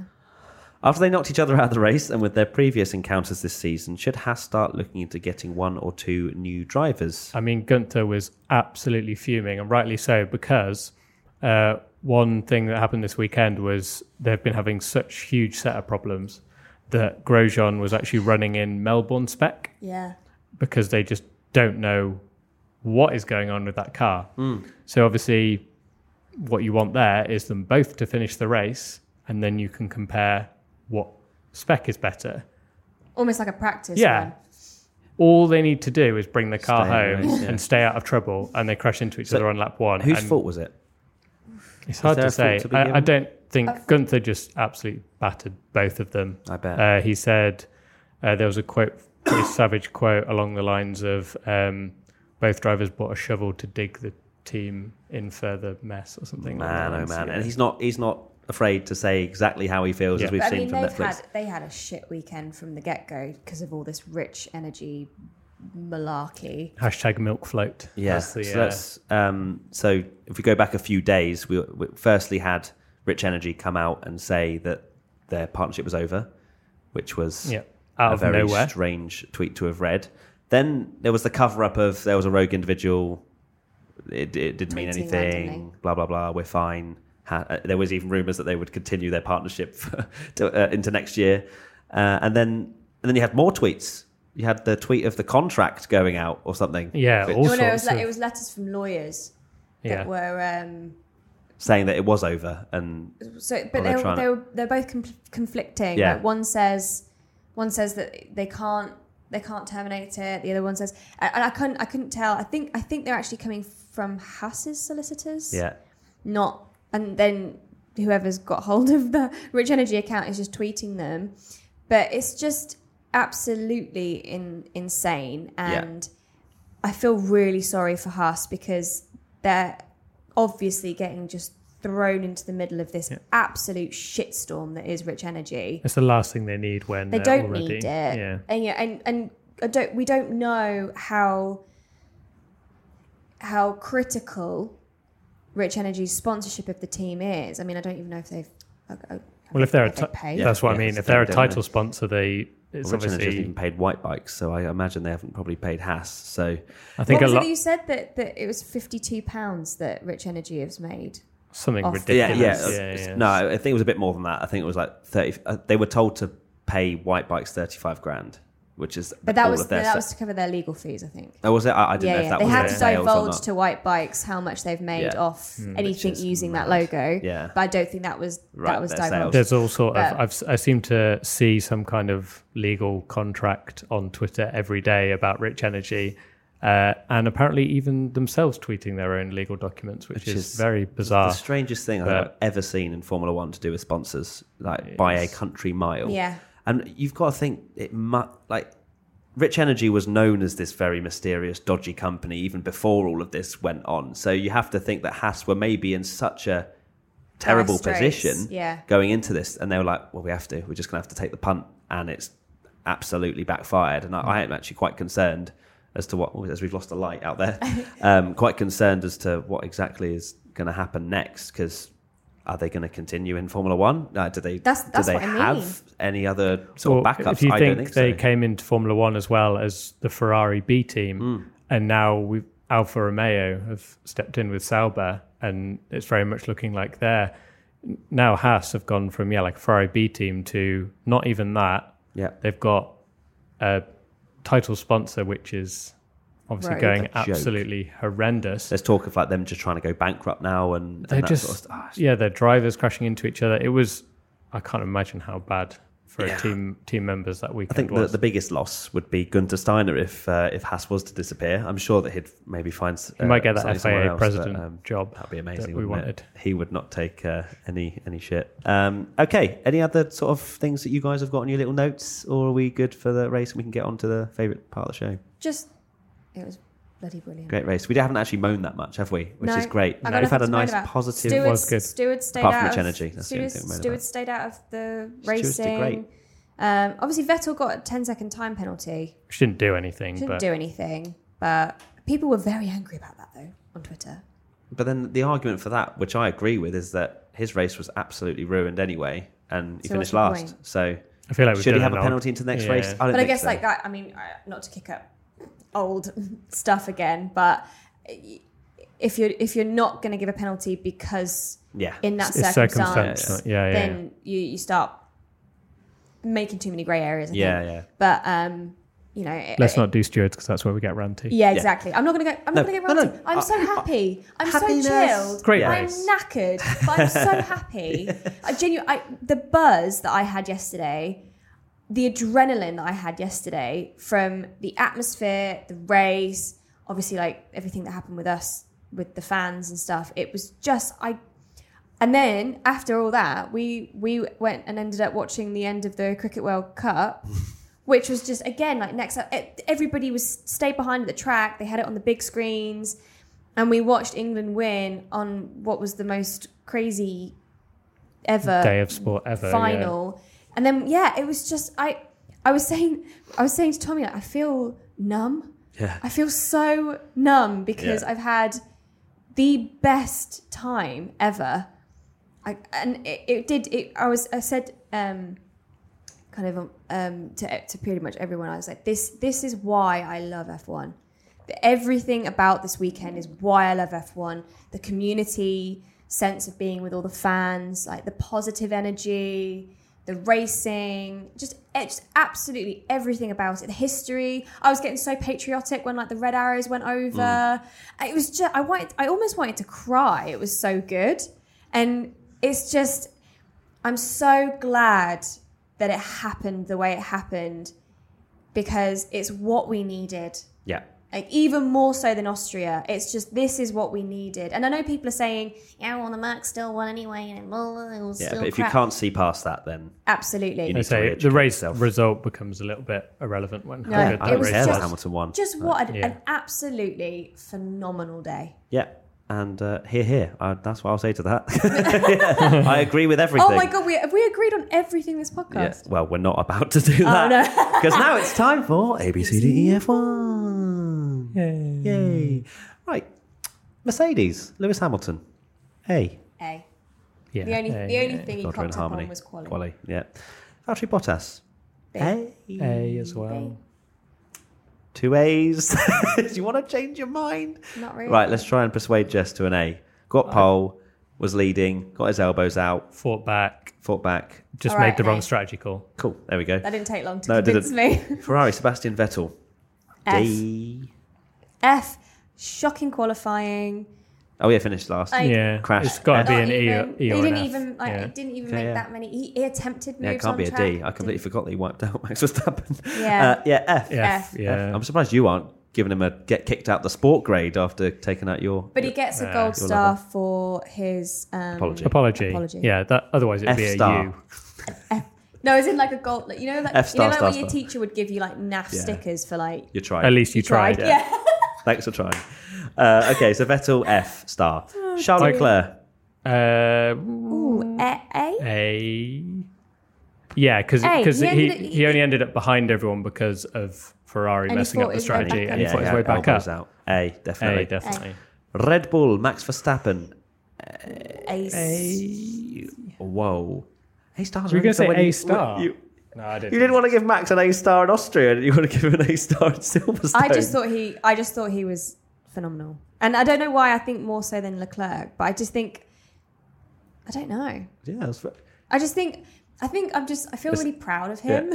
after they knocked each other out of the race and with their previous encounters this season should Haas start looking into getting one or two new drivers I mean, Gunther was absolutely fuming, and rightly so, because uh, one thing that happened this weekend was they've been having such huge setup problems that Grosjean was actually running in Melbourne spec Yeah. because they just don't know what is going on with that car. Hmm. So obviously, what you want there is them both to finish the race, and then you can compare what spec is better. Almost like a practice Yeah. run. All they need to do is bring the car Stay in the home race, yeah. and stay out of trouble, and they crash into each other on lap one. whose and fault was it It's hard there to a fault say. to be I, I given? don't think I think- Gunther just absolutely battered both of them. I bet Uh, he said uh, there was a quote, pretty savage quote along the lines of um, both drivers bought a shovel to dig the team in further mess or something. along man, those oh lines, man, yeah. and he's not he's not afraid to say exactly how he feels Yeah. as we've But, I seen mean, from they've Netflix. had they had a shit weekend from the get go because of all this rich energy malarkey. hashtag milk float. yeah, That's the, so uh, that's um, so if we go back a few days, we, we firstly had Rich Energy come out and say that their partnership was over, which was uh, yeah, out a of very nowhere. strange tweet to have read. Then there was the cover up of there was a rogue individual. It, it didn't mean Tweeting anything. randomly. Blah blah blah. We're fine. Ha- uh, there was even rumours that they would continue their partnership to, uh, into next year, uh, and then and then you had more tweets. You had the tweet of the contract going out or something. Yeah, which- all No, no, it sorts was, le- of- it was letters from lawyers yeah. that were. Um, saying that it was over and so, Or but they're they were, trying to- they were, they're both com- conflicting. Yeah. Like one says, one says that they can't they can't terminate it. The other one says, and I couldn't I couldn't tell. I think I think they're actually coming from Haas's solicitors. yeah, Not and then whoever's got hold of the Rich Energy account is just tweeting them. But it's just absolutely in, insane. Yeah. And I feel really sorry for Haas because they're obviously getting just thrown into the middle of this Yeah. absolute shitstorm that is Rich Energy. It's the last thing they need when They they're don't already, need it. Yeah. And yeah, and and I don't we don't know how how critical Rich Energy's sponsorship of the team is. I mean, I don't even know if they've. I- I- I Well, if don't they're know a ti- they pay. Yeah. that's what I mean. yes, if they're a they don't, title sponsor, they it's Originally, hasn't obviously. even paid White Bikes, so I imagine they haven't probably paid Haas. So I think what a was it lot that you said that, that it was fifty two pounds that Rich Energy has made? something off? yeah, ridiculous. yeah, yeah, No, I think it was a bit more than that. I think it was like thirty. Uh, they were told to pay White Bikes thirty-five grand, which is But that all was of their. that sa- was to cover their legal fees, I think. Oh, was it? I, I didn't Yeah, know yeah. if that they was had their to sales or divulge not. to White Bikes how much they've made Yeah. off Hmm. anything is using that mad. logo. Yeah. But I don't think that was Right, that was their divulged. sales. There's all sort of. But- I've, si seem to see some kind of legal contract on Twitter every day about Rich Energy, uh, and apparently even themselves tweeting their own legal documents, which, Which is, is very The bizarre. strangest thing I've But- ever seen in Formula One to do with sponsors, like by a country mile. Yeah. and you've got to think it might like. Rich Energy was known as this very mysterious, dodgy company even before all of this went on. So you have to think that Haas were maybe in such a terrible Dire straits, position yeah. going into this, and they were like, "Well, we have to. We're just going to have to take the punt," and it's absolutely backfired. And I, I am actually quite concerned as to what, oh, as we've lost a light out there, um, quite concerned as to what exactly is going to happen next because. Are they going to continue in Formula One? Uh, do they That's- that's do they what I mean. have any other sort Well, of backups? If you I think, don't think they so. came into Formula One as well as the Ferrari B team, Hmm. and now we Alfa Romeo have stepped in with Sauber, and it's very much looking like they're now Haas have gone from yeah like Ferrari B team to not even that. yeah, They've got a title sponsor which is obviously Right. going A joke. absolutely horrendous. there's talk of like them just trying to go bankrupt now, and, They're and that just sort of stuff. Ah, yeah, their drivers crashing into each other. It was I can't imagine how bad for Yeah. a team team members that weekend I think the, was. the biggest loss would be Gunter Steiner if uh, if Haas was to disappear. I'm sure that he'd maybe find. s- He might get that uh, something FIA somewhere else, but, president um, job That'd be amazing. that we wouldn't wanted. It? He would not take uh, any any shit. Um, okay. Any other sort of things that you guys have got on your little notes, or are we good for the race? and We can get on to the favorite part of the show. Just it was bloody brilliant. Great race. We haven't actually moaned that much, have we? Which No, is great. I've got We've had nothing a to moan nice about. positive. Stewards, was good. Stewards stayed Apart from out Rich of, Energy, that's the only stewards, thing we made stewards stayed out of the Stewards did racing. great. Um, obviously, Vettel got a 10 second time penalty. She didn't do anything, Didn't but do anything, but people were very angry about that though on Twitter. But then the argument for that, which I agree with, is that his race was absolutely ruined anyway, and he So finished what's the last. point? So I feel like we've should he done have a an old- penalty into the next Yeah. race? I don't But I think guess so. like that. I mean, I- not to kick up old stuff again, but if you're if you're not going to give a penalty because yeah, in that it's circumstance, circumstance. Yeah, yeah. yeah. then you you start making too many grey areas. I yeah, think. yeah. But um, you know, it- Let's it- not do stewards because that's where we get ranty. Yeah, exactly. I'm not gonna go. I'm No, not gonna go. no, no. ranting. I'm I- so happy. I'm so happiness. chilled. Great I'm race. knackered, but I'm so happy. I genuinely, I, the buzz that I had yesterday, the adrenaline that I had yesterday from the atmosphere, the race, obviously like everything that happened with us, with the fans and stuff. It was just I. And then after all that, we we went and ended up watching the end of the Cricket World Cup which was just again like next up e- everybody was stayed behind at the track they had it on the big screens and we watched england win on what was the most crazy ever Day of sport ever. final and then yeah it was just i i was saying i was saying to tommy like i feel numb Yeah. i feel so numb because Yeah. i've had the best time ever I, and it, it did it i was i said um kind of um to, to pretty much everyone i was like this this is why i love f1 The- everything about this weekend is why i love f1 the community sense of being with all the fans like the positive energy the racing just it's absolutely everything about it the history i was getting so patriotic when like the red arrows went over it was just i wanted i almost wanted to cry it was so good and it's just I'm so glad that it happened the way it happened because it's what we needed. Yeah. Like even more so than Austria. It's just this is what we needed. And I know people are saying, yeah, well the Merck's still won anyway, and blah, blah, it was Yeah, still but if crap. you can't see past that, then Absolutely. You I need to say re-educate the race yourself. result becomes a little bit irrelevant when No, how Yeah, good I it the don't was race care just- that Hamilton won. Just what an, yeah. an absolutely phenomenal day. Yeah. And uh, here, here. Uh, that's what I'll say to that. Yeah, I agree with everything. Oh my god, we have we agreed on everything this Yeah, podcast. well, we're not about to Oh, do that because now it's time for A B C D E F one. Yay! Yay! Right, Mercedes, Lewis Hamilton. Hey, A. Yeah, The only yeah, the only yeah. thing he God, we're in cocked up harmony. on was quality. Quali, yeah. Valtteri Bottas. Hey, A as well. two A's. do you want to change your mind? Not really. Right, let's try and persuade Jess to an A. Got pole, was leading, got his elbows out, Fought back, fought back. just All made right, the A. wrong strategy call. Cool. There we go. That didn't take long to No, it convince me. Ferrari, Sebastian Vettel. F. D. F. Shocking qualifying. Oh yeah, finished last. I- yeah, Crash. It's got Not to be an Not E. Or, e even- or he didn't an F. even like, yeah. he didn't even Okay, make yeah. that many. He, he attempted moves Yeah, it can't on be a D. I track. completely forgot that he wiped out Max Verstappen. Yeah. Uh, yeah, F. F, F. yeah. I'm surprised you aren't giving him a get kicked out the sport grade after taking out your. But he gets a Uh, gold your star for his um, Apology. Apology. Apology. Yeah, that otherwise it'd F be a U. star. No, as in like a gold. Like, you know, like F you star, know, like star, when your star. teacher would give you like NAF Yeah. stickers for like You tried. At least you, tried. Yeah. Thanks for trying. Uh, okay, so Vettel F star. Oh, Charles dear. Leclerc. Uh, Ooh, a, a? a. Yeah, because A. He he, ended- he, only ended up behind everyone because of Ferrari And he messing fought up the his way back strategy up. and Yeah, he fought yeah, his way back elbows up. out. A definitely. A, definitely. Red Bull Max Verstappen. Ace. Whoa. A stars. Were really you going to say good when A you- star? You, no, I didn't. you didn't want to give Max an A star in Austria. You want to give him an A star in Silverstone. I just thought he. I just thought he was phenomenal, and I don't know why. I think more so than Leclerc, but I just think. I don't know. Yeah, it's, I just think. I think I'm just. I feel It's- really proud of him.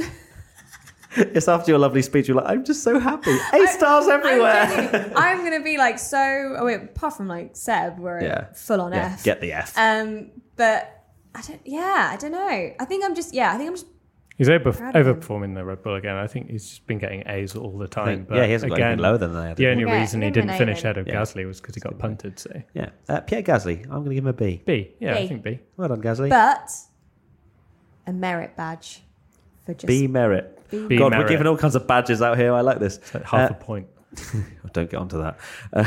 it's after your lovely speech. You're like, I'm just so happy. A stars I'm, everywhere. genuinely- I'm gonna be like so. Oh wait, apart from like Seb, we're Yeah. full on Yeah, F. get the F. Um, but I don't. Yeah, I don't know. I think I'm just. Yeah, I think I'm just. He's over, Proud of him. overperforming the Red Bull again. I think he's just been getting A's all the I time. think- but yeah, he hasn't again, got anything lower than they had. The only Yeah, reason he give him didn't an A finish then. ahead of Yeah. Gasly was because he got punted. So yeah, uh, Pierre Gasly. I'm going to give him a B. B. Yeah, B. I think B. Well done, Gasly. But a merit badge for just. B merit. B God, we're merit. giving all kinds of badges out here. I like this. Like half Uh, a point. don't get onto that. Uh,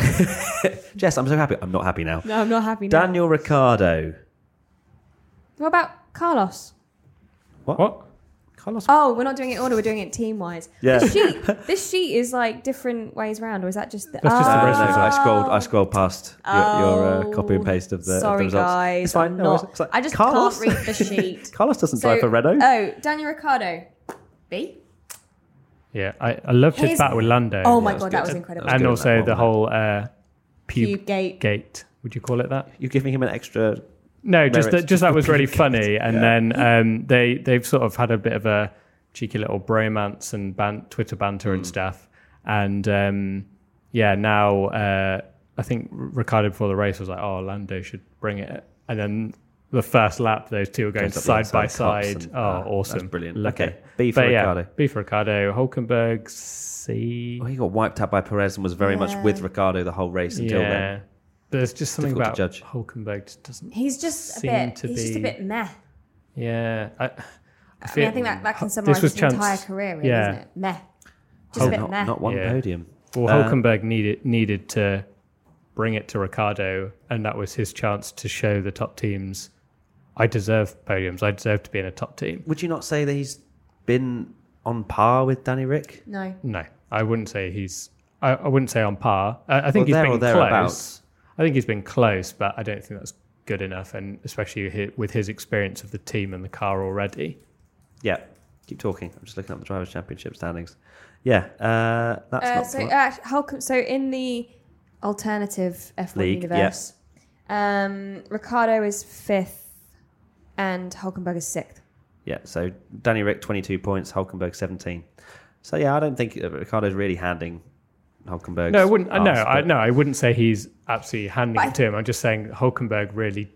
Jess, I'm so happy. I'm not happy now. no, I'm not happy. now. Daniel Ricciardo. What about Carlos? What? Carlos. Oh, we're not doing it in order. We're doing it team wise. Yeah. This sheet, this sheet is like different ways round, or is that just the? That's just the Uh, rest no, of I scrolled. I scrolled past your, your uh, copy and Oh, paste of the, of the Sorry, results. guys. It's fine. I'm no worries. not, It's like, I just Carlos? can't read the sheet. Carlos doesn't So- drive for Renault. Oh, Daniel Ricciardo. B. Yeah, I, I loved his His- battle with Lando. Oh my that's god, that good. was That was incredible. and good at that also one, the man. whole uh, pube, Cube gate. gate. Would you call it that? You're giving him an extra. No, just Merritt. that, just that was really funny. And then um, they they've sort of had a bit of a cheeky little bromance and ban- Twitter banter Hmm. and stuff. And um, yeah, now uh, I think Ricardo before the race was like, "Oh, Lando should bring it." And then the first lap, those two are going Comes up side by alongside Cox side. and- oh, ah, that's awesome! brilliant. Love Okay. it. B for But yeah, Ricciardo. B for Ricardo. Hulkenberg C. Oh, he got wiped out by Perez and was very Yeah. much with Ricardo the whole race until yeah. then. There's just something Difficult about to judge. Hulkenberg just doesn't. He's just a Seem bit. to He's just a be- bit meh. Yeah, I, I, I mean, feel- I think that, that can This summarize was his chance- entire career, really, yeah. isn't it? Meh. Just Oh, a bit not, meh. not one Yeah. podium. Well, Uh, Hulkenberg needed needed to bring it to Ricardo, and that was his chance to show the top teams. I deserve podiums. I deserve to be in a top team. Would you not say that he's been on par with Danny Rick? no. No, I wouldn't say he's. I, I wouldn't say on par. I, I think Or there he's or been thereabouts. close. I think he's been close, but I don't think that's good enough. And especially hi- with his experience of the team and the car already. Yeah. Keep talking. I'm just looking up the drivers' championship standings. Yeah, uh, that's Uh, not so, uh, Hulk, so in the alternative F1 League, universe, um, Ricardo is fifth and Hulkenberg is sixth. Yeah, so Danny Rick 22 points, Hulkenberg 17. So yeah, I don't think uh, Ricardo's really handing Hulkenberg. No, I wouldn't. I no, I no, I wouldn't say he's absolutely handing it to him. I'm just saying Hulkenberg really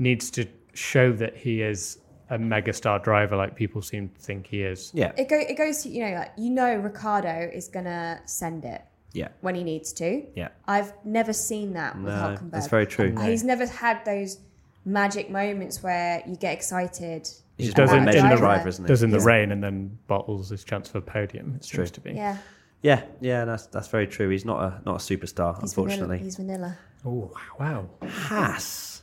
needs to show that he is a megastar driver, like people seem to think he is. Yeah, It, go, it goes to, you know, like, you know Ricardo is going to send it. Yeah. when he needs to. Yeah. I've never seen that with No, Hulkenberg. that's very true. No. He's never had those magic moments where you get excited. He's just Does more of in- a measured in the- driver, isn't he? Does in the Yeah. rain and then bottles his chance for podium. It seems true. to be. Yeah, Yeah, yeah, that's that's very true. He's not a not a superstar, he's vanilla. unfortunately. He's vanilla. Oh wow! Haas.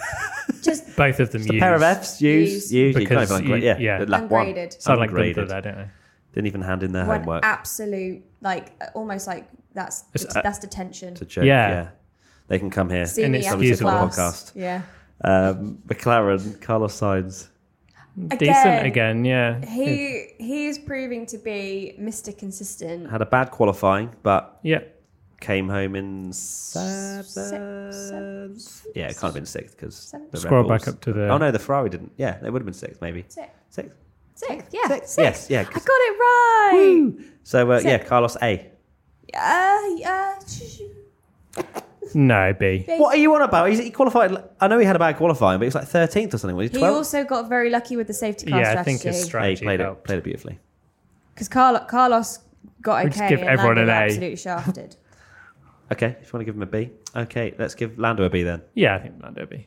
Just Both of them It's a used. pair of Fs. Use, use. Use. You can't Because even you- grade. Yeah, yeah. the lap one. Ungraded. Sound like them for Ungraded. that, don't I? Didn't even hand in their one homework absolute, like almost like that's It's, uh, that's detention. to check. Yeah. Yeah. they can come here. See and me it's after obviously a class. podcast. Yeah, Um, McLaren, Carlos Sainz. Decent again, yeah. He he is proving to be Mr. Consistent. had a bad qualifying, but yeah. came home in seventh. seventh. Yeah, it can't have been sixth because the Red Scroll back Bulls- up to the- Oh no, the Ferrari didn't. Yeah, they would have been sixth maybe. Sixth. Sixth. Sixth, yeah, Sixth. Yes. sixth. Yeah. I 'cause- got it right. So uh, yeah, Sixth. Carlos A. Uh, uh, sh- sh- No, B. Hey. What are you on about? He's, he qualified. like- I know he had a bad qualifying, but he was like thirteenth or something. Was he he twelfth? also got very lucky with the safety car Yeah, I think strategy. his He strategy played it, helped. played it beautifully. because Carlo- Carlos got We just okay. give and everyone Lando an A. Absolutely shafted. Okay, if you want to give him a B. Okay, let's give Lando a B then. Yeah, I think Lando B.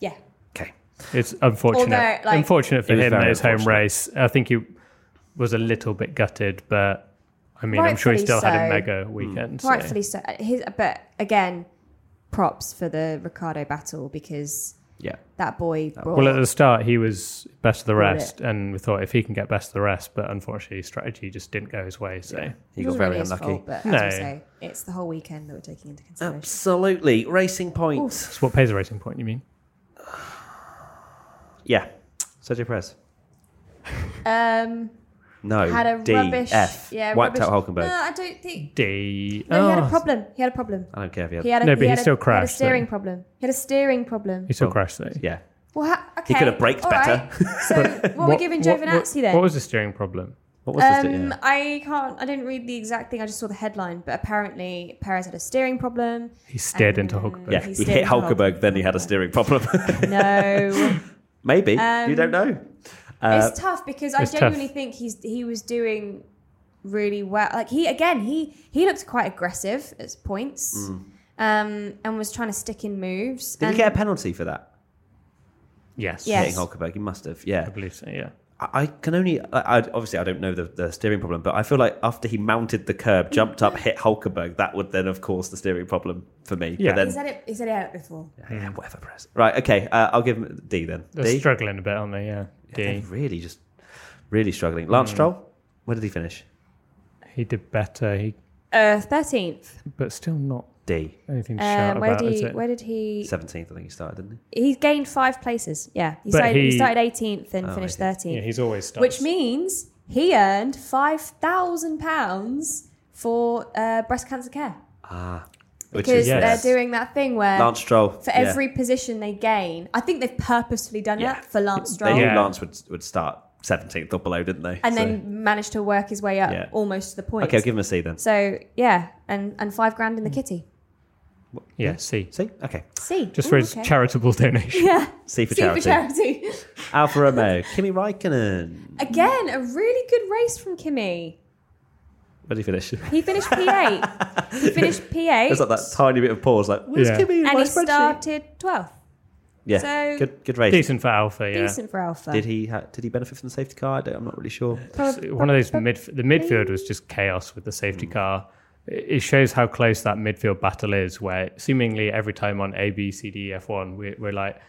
Yeah, Okay. It's unfortunate. Although, like- unfortunate for It was him that very his home unfortunate. race. I think he was a little bit gutted, but I mean, I'm sure he Rightfully still had a so. mega weekend. so- rightfully so. His, but again, props for the Ricardo battle because Yeah. that boy brought. Well, at the start, he was best of the Brought rest, and we thought if he can get best of the rest, but unfortunately, his strategy just didn't go his way. So, He got It wasn't very really his unlucky. fault, but as No. we say, it's the whole weekend that we're taking into Oh. consideration. Absolutely. Racing points. so what pays a racing point? You mean? Yeah. Sergio Perez. Um, No. had a D, rubbish. F. Yeah, Wiped rubbish. out Hulkenberg. No, I don't think. D. No, he had Oh, a problem. He had a problem. I don't care if he had. He had a, No, but he had a- still He had a crashed, steering though. problem. He had a steering problem. He still Well, crashed though. yeah. Well, ha- okay. He could have braked all better. right. So, what, were we giving Giovinazzi what, then? What was the steering problem? What was this? um, Yeah. I can't. I didn't read the exact thing. I just saw the headline, but apparently Perez had a steering problem. He stared And- into Hulkenberg. Yeah, he he stayed hit in Hulkenberg, Hulkenberg. then he had a steering problem. No, Maybe. you Um, don't know. Uh, it's tough because I it's tough. genuinely think he's he was doing really well. Like he again, he he looked quite aggressive at points, um, and was trying to stick in moves. Mm. did and he get a penalty for that? Yes. Yeah. Yes. Hitting Hulkenberg, he must have. Yeah. I believe so. Yeah. I I can only. I, I obviously I don't know the, the steering problem, but I feel like after he mounted the curb, jumped up, hit Hulkenberg, that would then have caused the steering problem for me. Yeah. But then, He said it. He said it out before. yeah, whatever, press. Right. Okay. Uh, I'll give him D then. They're D. struggling a bit, aren't they? Yeah. They're D. really just really struggling. Mm. Lance Stroll. Where did he finish? He did better. He, Uh, thirteenth. but still not D. anything to shout Um, where about. did Is he? it? Where did he? Seventeenth, I think he started, didn't he? He gained five places. Yeah, he But started. He, he- started eighteenth Oh, and finished Yeah, thirteenth, he's always starts. which means he earned five thousand pounds for uh, breast cancer care Ah, which because yes. they're doing that thing where Lance Stroll for yeah. every position they gain, I think they've purposefully done Yeah. that for Lance They Stroll, knew Yeah. Lance would would start seventeenth or below, didn't they? and So- then managed to work his way up Yeah. almost to the point. okay, I'll give him a C then. so yeah, and and five grand in the kitty. Yeah. C. C. Okay, See, Just Ooh, for his okay. charitable donation. yeah, C for see charity. for charity. Alfa Romeo. Kimi Raikkonen. Again, a really good race from Kimi. Where did he finish? He finished P8. he finished P8. There's like that tiny bit of pause, like where's Yeah. Kimi? in and my he spreadsheet? started 12th. Yeah, so- good good race. Decent for Alpha. Yeah. Decent for Alpha. Did he ha- did he benefit from the safety car? I don't, I'm not really sure. Prob- one of those mid the midfield was just chaos with the safety car. It it shows how close that midfield battle is, where seemingly every time on A, B, C, D, F one, we, we're like,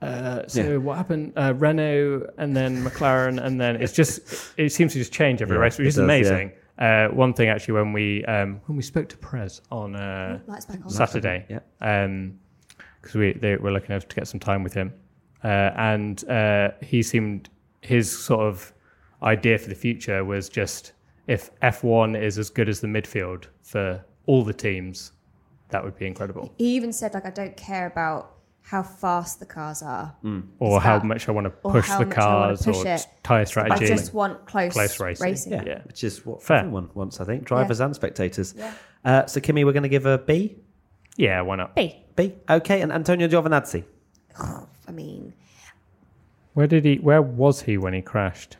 uh, so Yeah. what happened? Uh, Renault and then McLaren and then it's just it seems to just change every Yeah, race, which it is does, yeah. amazing. Uh, one thing actually, when we um, when we spoke to Prez on uh, Lights back on. Saturday. Yeah. Um, because we they were lucky enough to get some time with him, uh, and uh, he seemed his sort of idea for the future was just if F one is as good as the midfield for all the teams, that would be incredible. He even said, like, I don't care about how fast the cars are. Or Is how that- much I want to or push how the much I wanna cars, push or it. t- tire I strategy. just want close, Close racing. Yeah, Yeah. which is what Fair. everyone wants, I think, drivers and spectators. Yeah. Uh, so Kimi, we're going to give a B. yeah, why not? B. B. Okay, and Antonio Giovinazzi. I mean, Where did he? Where was he when he crashed?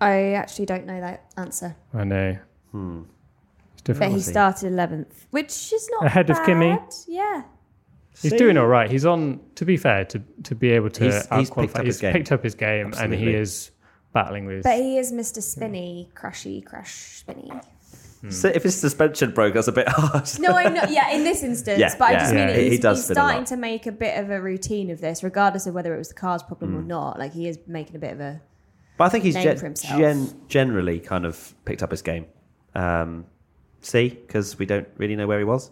I actually don't know that answer. I know. He's But Different. he was he? started 11th, which is not Ahead of Kimi. bad. Yeah. He's See? doing all right. He's on. To be fair, to to be able to He's- he's outqualify- picked up his he's game. picked up his game, and Absolutely. he is battling with. But he is Mr. Spinny, crashy, crash, spinny. So if his suspension broke, that's a bit harsh. No, I know. Yeah, in this instance. Yeah, but I yeah. just mean Yeah, it- he- he he's, does he's spin a lot. starting to make a bit of a routine of this, regardless of whether it was the car's problem Mm. or not. Like he is making a bit of a. But I think he's Name gen- for himself. gen- generally kind of picked up his game. Um, see, because we don't really know where he was.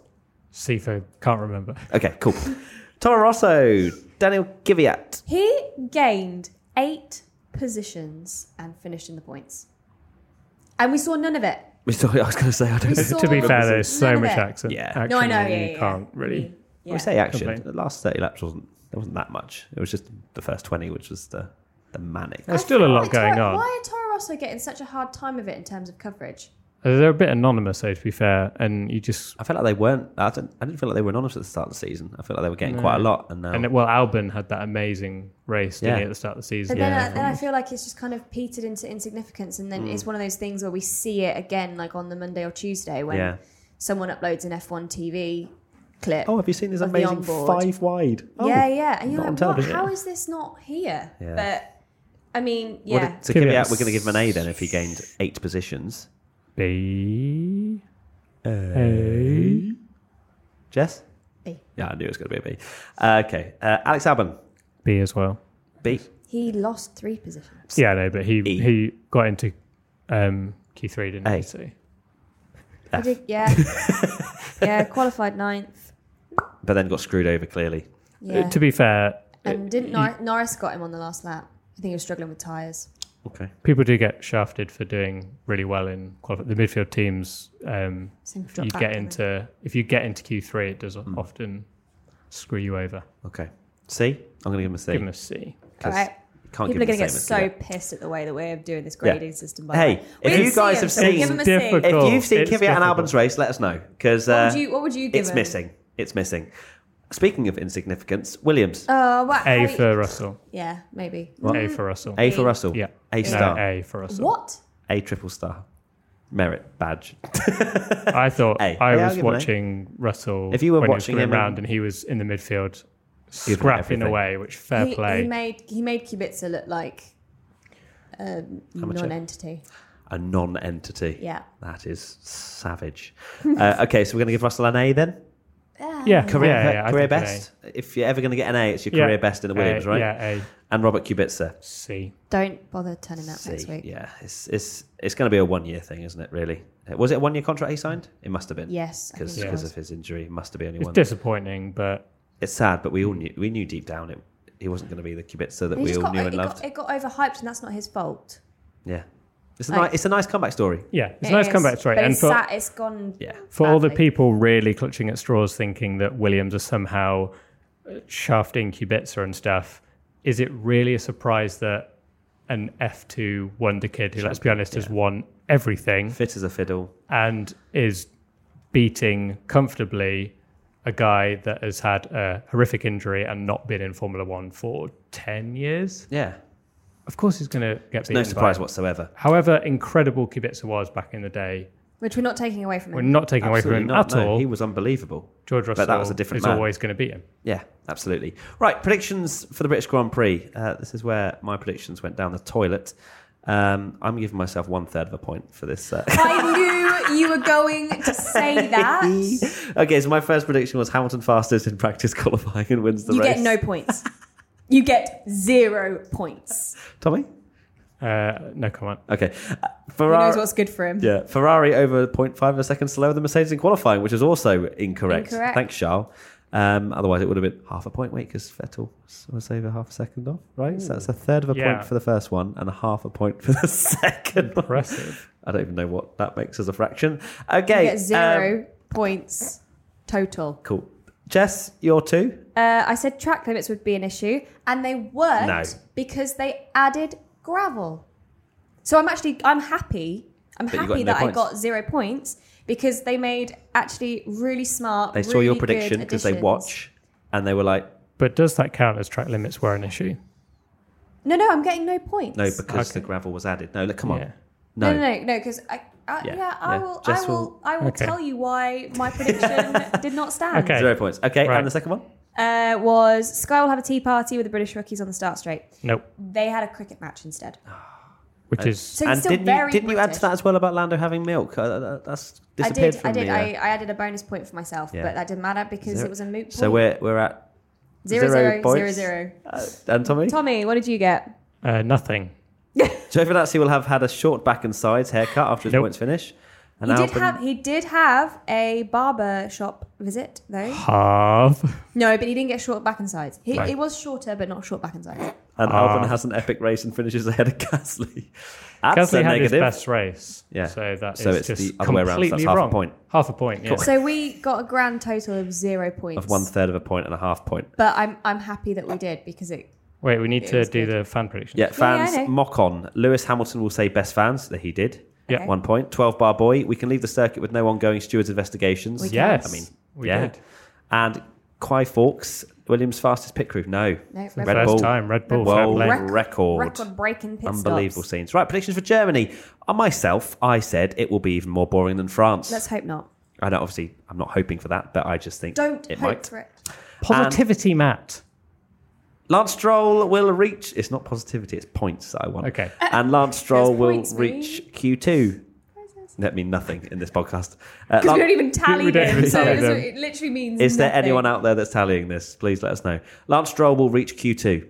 Sifo can't remember. Okay, cool. Toro Rosso, Daniel Kvyat. He gained eight positions and finished in the points, and we saw none of it. We saw- I was going to say, I don't We know. saw- to be fair, None there's of so it. much accent. Yeah. action No, I know. and Yeah, you yeah, yeah. can't really. Yeah. We say action. Complain. The last 30 laps wasn't, there wasn't that much. It was just the first 20, which was the, the manic. There's still a lot Why going Toro- on. Why are Toro Rosso getting such a hard time of it in terms of coverage? Uh, They're a bit anonymous, though. To be fair, and you just I felt like they weren't, I didn't, I didn't feel like they were honest at the start of the season. I felt like they were getting quite a lot. And now, and well, Albon had that amazing race didn't Yeah. he, at the start of the season. But then, I, then I feel like it's just kind of petered into insignificance, and then Mm. it's one of those things where we see it again, like on the Monday or Tuesday when Yeah. someone uploads an F1 TV clip. oh, have you seen this Of the amazing onboard. five wide? Oh. yeah, yeah, and you're not on like, what? television. How is this not here? Yeah. But I mean, What yeah, did- so Give Kvyat, it a we're going to give him an A then if he gained eight positions. Uh, B. Uh, Jess? B. Yeah, I knew it was going to be a B. Uh, okay. Uh, Alex Albon, B as well. B. he lost three positions. Yeah, I know, but he E. he got into um, Q3, didn't A. he? So He did, yeah, yeah, qualified ninth. But then got screwed over clearly. Yeah, Uh, to be fair, and it- didn't you- Nor- Norris got him on the last lap? I think he was struggling with tires. Okay. people do get shafted for doing really well in qualif- the midfield teams. Um, So he if dropped you back, get didn't he? into if you get into Q3, it does Hmm. often screw you over. Okay. C? I'm going to give him a C. Give them a C. 'cause All right. you Can't People are give him going to the get same so as Kvyat. pissed at the way that we're doing this Yeah. grading system. By Hey, the way. if We you didn't guys see have him, so seen- give him a It's C. difficult. If you've seen It's Kvyat and difficult. Albon's race, let us know because What uh, would you, what would you give it's him? missing. It's missing. Speaking of insignificance, Williams. Uh, what, A how- for Russell. Yeah, maybe. A for Russell. a for A. Russell. Yeah. A No, eh. star. A for Russell. What? A triple star. Merit badge. I thought A. I Yeah, I'll was give him an A. watching Russell. If you were when watching he was him coming around and- and he was in the midfield, Give him scrapping everything. away, which fair he, play. He made he made Kubica look like a Amateur. non-entity. A non entity. Yeah. That is savage. uh, okay, so we're going to give Russell an A then? yeah, Um, Career, yeah, yeah, I career think an A. best? If you're ever going to get an A, it's your Yeah. career best in the A, Williams, right? Yeah, A And Robert Kubica. C. Don't bother turning up next See, week. Yeah, it's it's it's going to be a one year thing, isn't it? Really? Uh, Was it a one year contract he signed? It must have been. Yes, I Because think it was. of his injury, it must have been only It's one. disappointing, but it's sad, but we all knew we knew deep down it he wasn't going to be the Kibitza that He we just all got, knew it, and loved. got, it got overhyped, and that's not his fault. yeah, it's a Like- nice it's a nice comeback story. yeah, it's It a nice is, comeback, right? But And it's, for sad, it's gone. Yeah, for all the badly. people really clutching at straws, thinking that Williams are somehow uh, shafting Kubica and stuff, is it really a surprise that an F two wonder kid, who let's be honest, has won everything, fit as a fiddle. and is beating comfortably a guy that has had a horrific injury and not been in Formula One for 10 years. Yeah, Of course, he's going to get beaten. no by surprise him. whatsoever. However, incredible Kubica was back in the day. Which we're not taking away from We're him. not taking away Absolutely from him not. at no, all. he was unbelievable. George Russell but that was a different is man. always going to beat him. Yeah, absolutely. Right, predictions for the British Grand Prix. Uh, this is where my predictions went down the toilet. Um, I'm giving myself one third of a point for this. Uh, I knew you were going to say that. you okay, so my first prediction was Hamilton fastest in practice qualifying and wins the race. get no points. You get zero points. Tommy. Uh, no comment. Okay, uh, Who knows Ferrari. what's good for him? Yeah, Ferrari over 0.5 of a second slower than Mercedes in qualifying, which is also incorrect. Incorrect. Thanks, Charles. Um, otherwise, it would have been half a point, wait, because Vettel was- was over half a second off, right? So that's a third of a Yeah. point for the first one and a half a point for the second one. Impressive. I don't even know what that makes as a fraction. You Okay. get um, zero points total. cool. Jess, you're two. Uh, I said track limits would be an issue, and they weren't No. because they added gravel. So I'm actually I'm happy. I'm But you got happy no that I points. got zero points because they made actually really smart. They saw your really good prediction because they additions. watch and they were like, But does that count as track limits were an issue? No, no, I'm getting no points. no, because the Okay. gravel was added. No, look, come on. Yeah. No. no, no, no, because I Uh, Yeah, yeah, I yeah. will. Jess I will. will- I will Okay. tell you why my prediction did not stand. Okay. Zero points. Okay, Right. and the second one? Uh, was Sky will have a tea party with the British rookies on the start straight. Nope. They had a cricket match instead. Uh, Which is So it's Ah. and still didn't very you didn't you add British. to that as well about Lando having milk? Uh, that- that's I disappeared did. from I did. the, uh, I, I added a bonus point for myself, Yeah. but that didn't matter because Zero- it was a moot point. So we're we're at zero zero zero zero zero. points. uh, and Tommy. Tommy, what did you get? uh, nothing. Giovinazzi will have had a short back and sides haircut after his Nope. points finish. And He did Albon- have. He did have a barber shop visit though. Half. No, but he didn't get short back and sides. He, Right. It was shorter, but not short back and sides. and Ah. Albon has an epic race and finishes ahead of Gasly. That's Gasly a had his negative. best race. Yeah. So that is So it's just the other way around, so completely that's half a wrong. point. Half a point. Yeah. So we got a grand total of zero points. Of one third of a point and a half point. But I'm I'm happy that we did because it. Wait, we need It to was do good. the fan prediction. Yeah, fans I know. mock on. Lewis Hamilton will say best fans that he did. Yeah. Okay. One point. Twelve bar boy. We can leave the circuit with no ongoing stewards investigations. We can. Yes. I mean, we yeah. did. And Quai Fawkes, Williams' fastest pit crew. No. No, The Red Red first Bull. time, Red Bull. fair World play. Rec- record. Record breaking pit Unbelievable stops. scenes. Right, predictions for Germany. Uh, myself, I said it will be even more boring than France. Let's hope not. I know, obviously, I'm not hoping for that, but I just think Don't it hope might. for it. Positivity, Matt. Lance Stroll will reach. It's not positivity; it's points that I want. Okay. And Lance Stroll Uh, There's will points, reach Q2. That mean nothing in this podcast. Uh, Because Lan- we don't even tally we don't them, even so tally it, them. it literally means. is there nothing. anyone out there that's tallying this? Please let us know. Lance Stroll will reach Q2.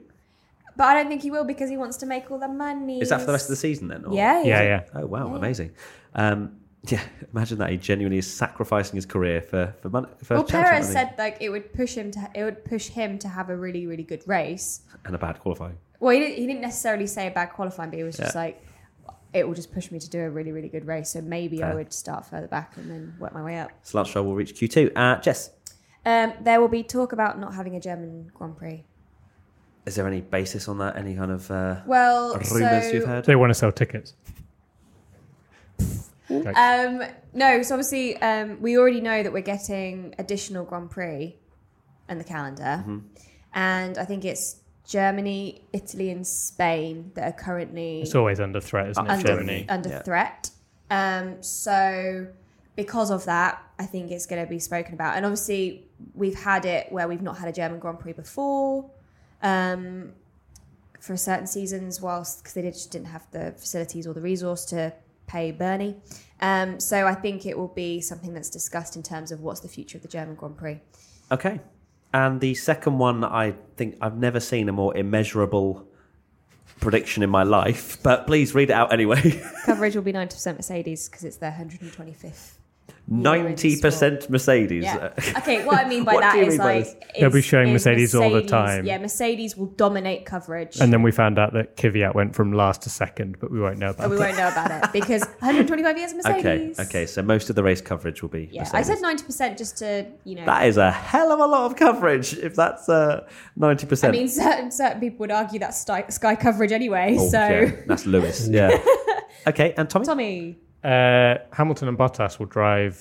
But I don't think he will because he wants to make all the money. Is that for the rest of the season then? or- Yeah, Yeah, yeah. Oh wow, amazing. Um, yeah, imagine that he genuinely is sacrificing his career for for money. For Well, charity Perez money. said like it would push him to it would push him to have a really really good race. and a bad qualifying. Well, he didn't, he didn't necessarily say about qualifying, but he was just Yeah. like, it will just push me to do a really really good race. So maybe I Fair. would start further back and then work my way up. So Lance Stroll will reach Q2. Uh, Jess, Um, there will be talk about not having a German Grand Prix. is there any basis on that? Any kind of uh, Well, rumours so you've heard? They want to sell tickets. Um, no, so obviously um, we already know that we're getting additional Grand Prix in the calendar, Mm-hmm. and I think it's Germany, Italy, and Spain that are currently It's always under threat, isn't it? under Germany. under yeah. threat. Um, so because of that, I think it's going to be spoken about, and obviously we've had it where we've not had a German Grand Prix before. Um, for certain seasons, whilst because they did, just didn't have the facilities or the resource to pay Bernie. Um, so I think it will be something that's discussed in terms of what's the future of the German Grand Prix. Okay. And the second one, I think I've never seen a more immeasurable prediction in my life, but please read it out anyway. Coverage will be 90% Mercedes because it's their 125th. 90% Mercedes. Yeah. Uh, Okay. What I mean by What that do you is mean by like this? it's- They'll be showing is Mercedes all the time. Yeah, Mercedes will dominate coverage, And then we found out that Kvyat went from last to second, but we won't know about but we it. won't know about it because 125 years of Okay. Mercedes. Okay. So most of the race coverage will be Yeah, Mercedes. I said 90 percent just to you know. that is a hell of a lot of coverage if that's uh, 90%. I mean, certain certain people would argue that's sky, sky coverage anyway. Oh, so yeah, that's Lewis. Yeah. okay. And Tommy? Tommy, Uh, Hamilton and Bottas will drive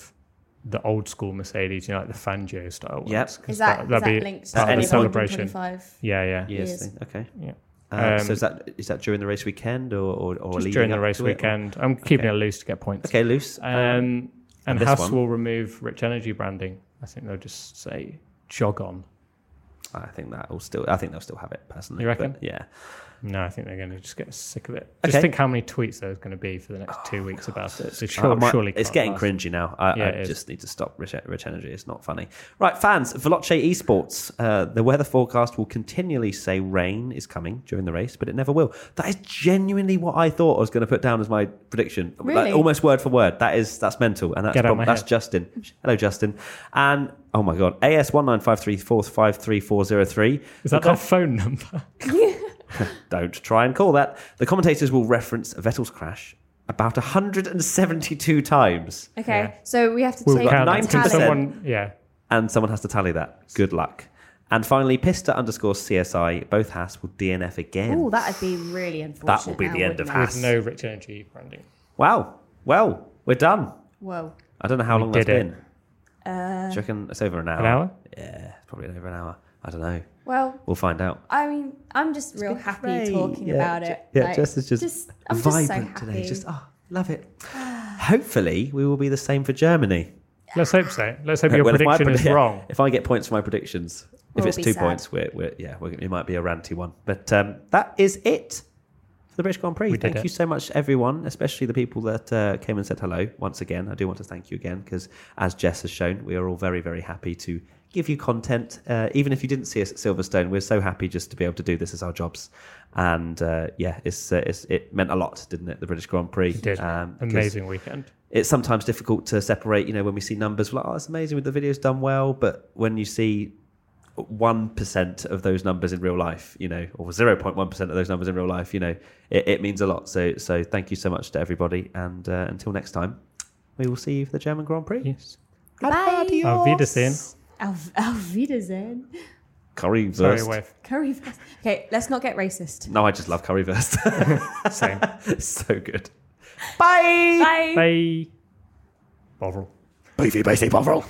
the old school Mercedes, you know, like the Fangio style. ones, Yep. 'cause is that, that'd that, be that linked part to of the the celebration. 125? Yeah, yeah. Yes. Yes. thing, Okay. Yeah. Uh, Um, so is that is that during the race weekend or or, or Just leading during the up race to it, or- weekend. I'm keeping it loose to get points. Okay, loose. Um, and this House one? will remove Rich Energy branding. I think they'll just say jog on. I think that will still. I think they'll still have it personally. You but reckon? yeah. No, I think they're going to just get sick of it. Just Okay. think how many tweets there's going to be for the next two weeks about it. So I sure, might- surely it's can't getting last. cringy now. I, Yeah, I it is. just need to stop rich, rich energy. It's not funny. Right, fans, Veloce Esports. Uh, the weather forecast will continually say rain is coming during the race, but it never will. That is genuinely what I thought I was going to put down as my prediction, Really? like, almost word for word. That is that's mental, and that's Get out prob- my that's head. Justin. Hello, Justin. And oh my god, AS one nine five three four five three four zero three. Is that their phone number? Don't try and call that. The commentators will reference Vettel's crash about 172 times, Okay, Yeah. so we have to We'll take count the it. 19%. tally. Someone, yeah. and someone has to tally that. Good luck. And finally, Pista underscore CSI, both Haas will DNF again. Oh, that'd be really unfortunate. That will be now, the end of wouldn't it? Haas. No Rich Energy branding. Wow. Well, we're done. Whoa. I don't know how long that's did it. been. Uh, Do you reckon it's over an hour? An hour? Yeah, it's probably over an hour. I don't know. Well, We'll find out. I mean, I'm just real been happy great. talking Yeah, about Je- it. yeah, Like, Jess is just I'm vibrant just so happy. today. Just oh, love it. Hopefully, we will be the same for Germany. Let's hope so. Let's hope your Well, if my prediction is predi- wrong. If I get points for my predictions, if We'll it's be two sad. points, we're, we're yeah, we're, it might be a ranty one. But um, that is it for the British Grand Prix. We did thank it. you so much, everyone, especially the people that uh, came and said hello once again. I do want to thank you again because, as Jess has shown, we are all very, very happy to give you content. Uh, even if you didn't see us at Silverstone, we're so happy just to be able to do this as our jobs. And uh, yeah, it's, uh, it's it meant a lot, didn't it? The British Grand Prix Um, It did. 'cause- Amazing weekend. it's sometimes difficult to separate. You know, when we see numbers, we're like, oh, it's amazing, the video's done well. But when you see one percent of those numbers in real life, you know, or zero point one percent of those numbers in real life, you know, it, it means a lot. So, so thank you so much to everybody, and uh, until next time, we will see you for the German Grand Prix. Yes. Bye. Adios. Auf Wiedersehen. Auf, auf Wiedersehen. Curry Sorry, versed. Wave. Curry. Okay, let's not get racist. No, I just love curry versed. Same. so good. Bye. Bye. Bovril. Bye, bye, bye, Bovril.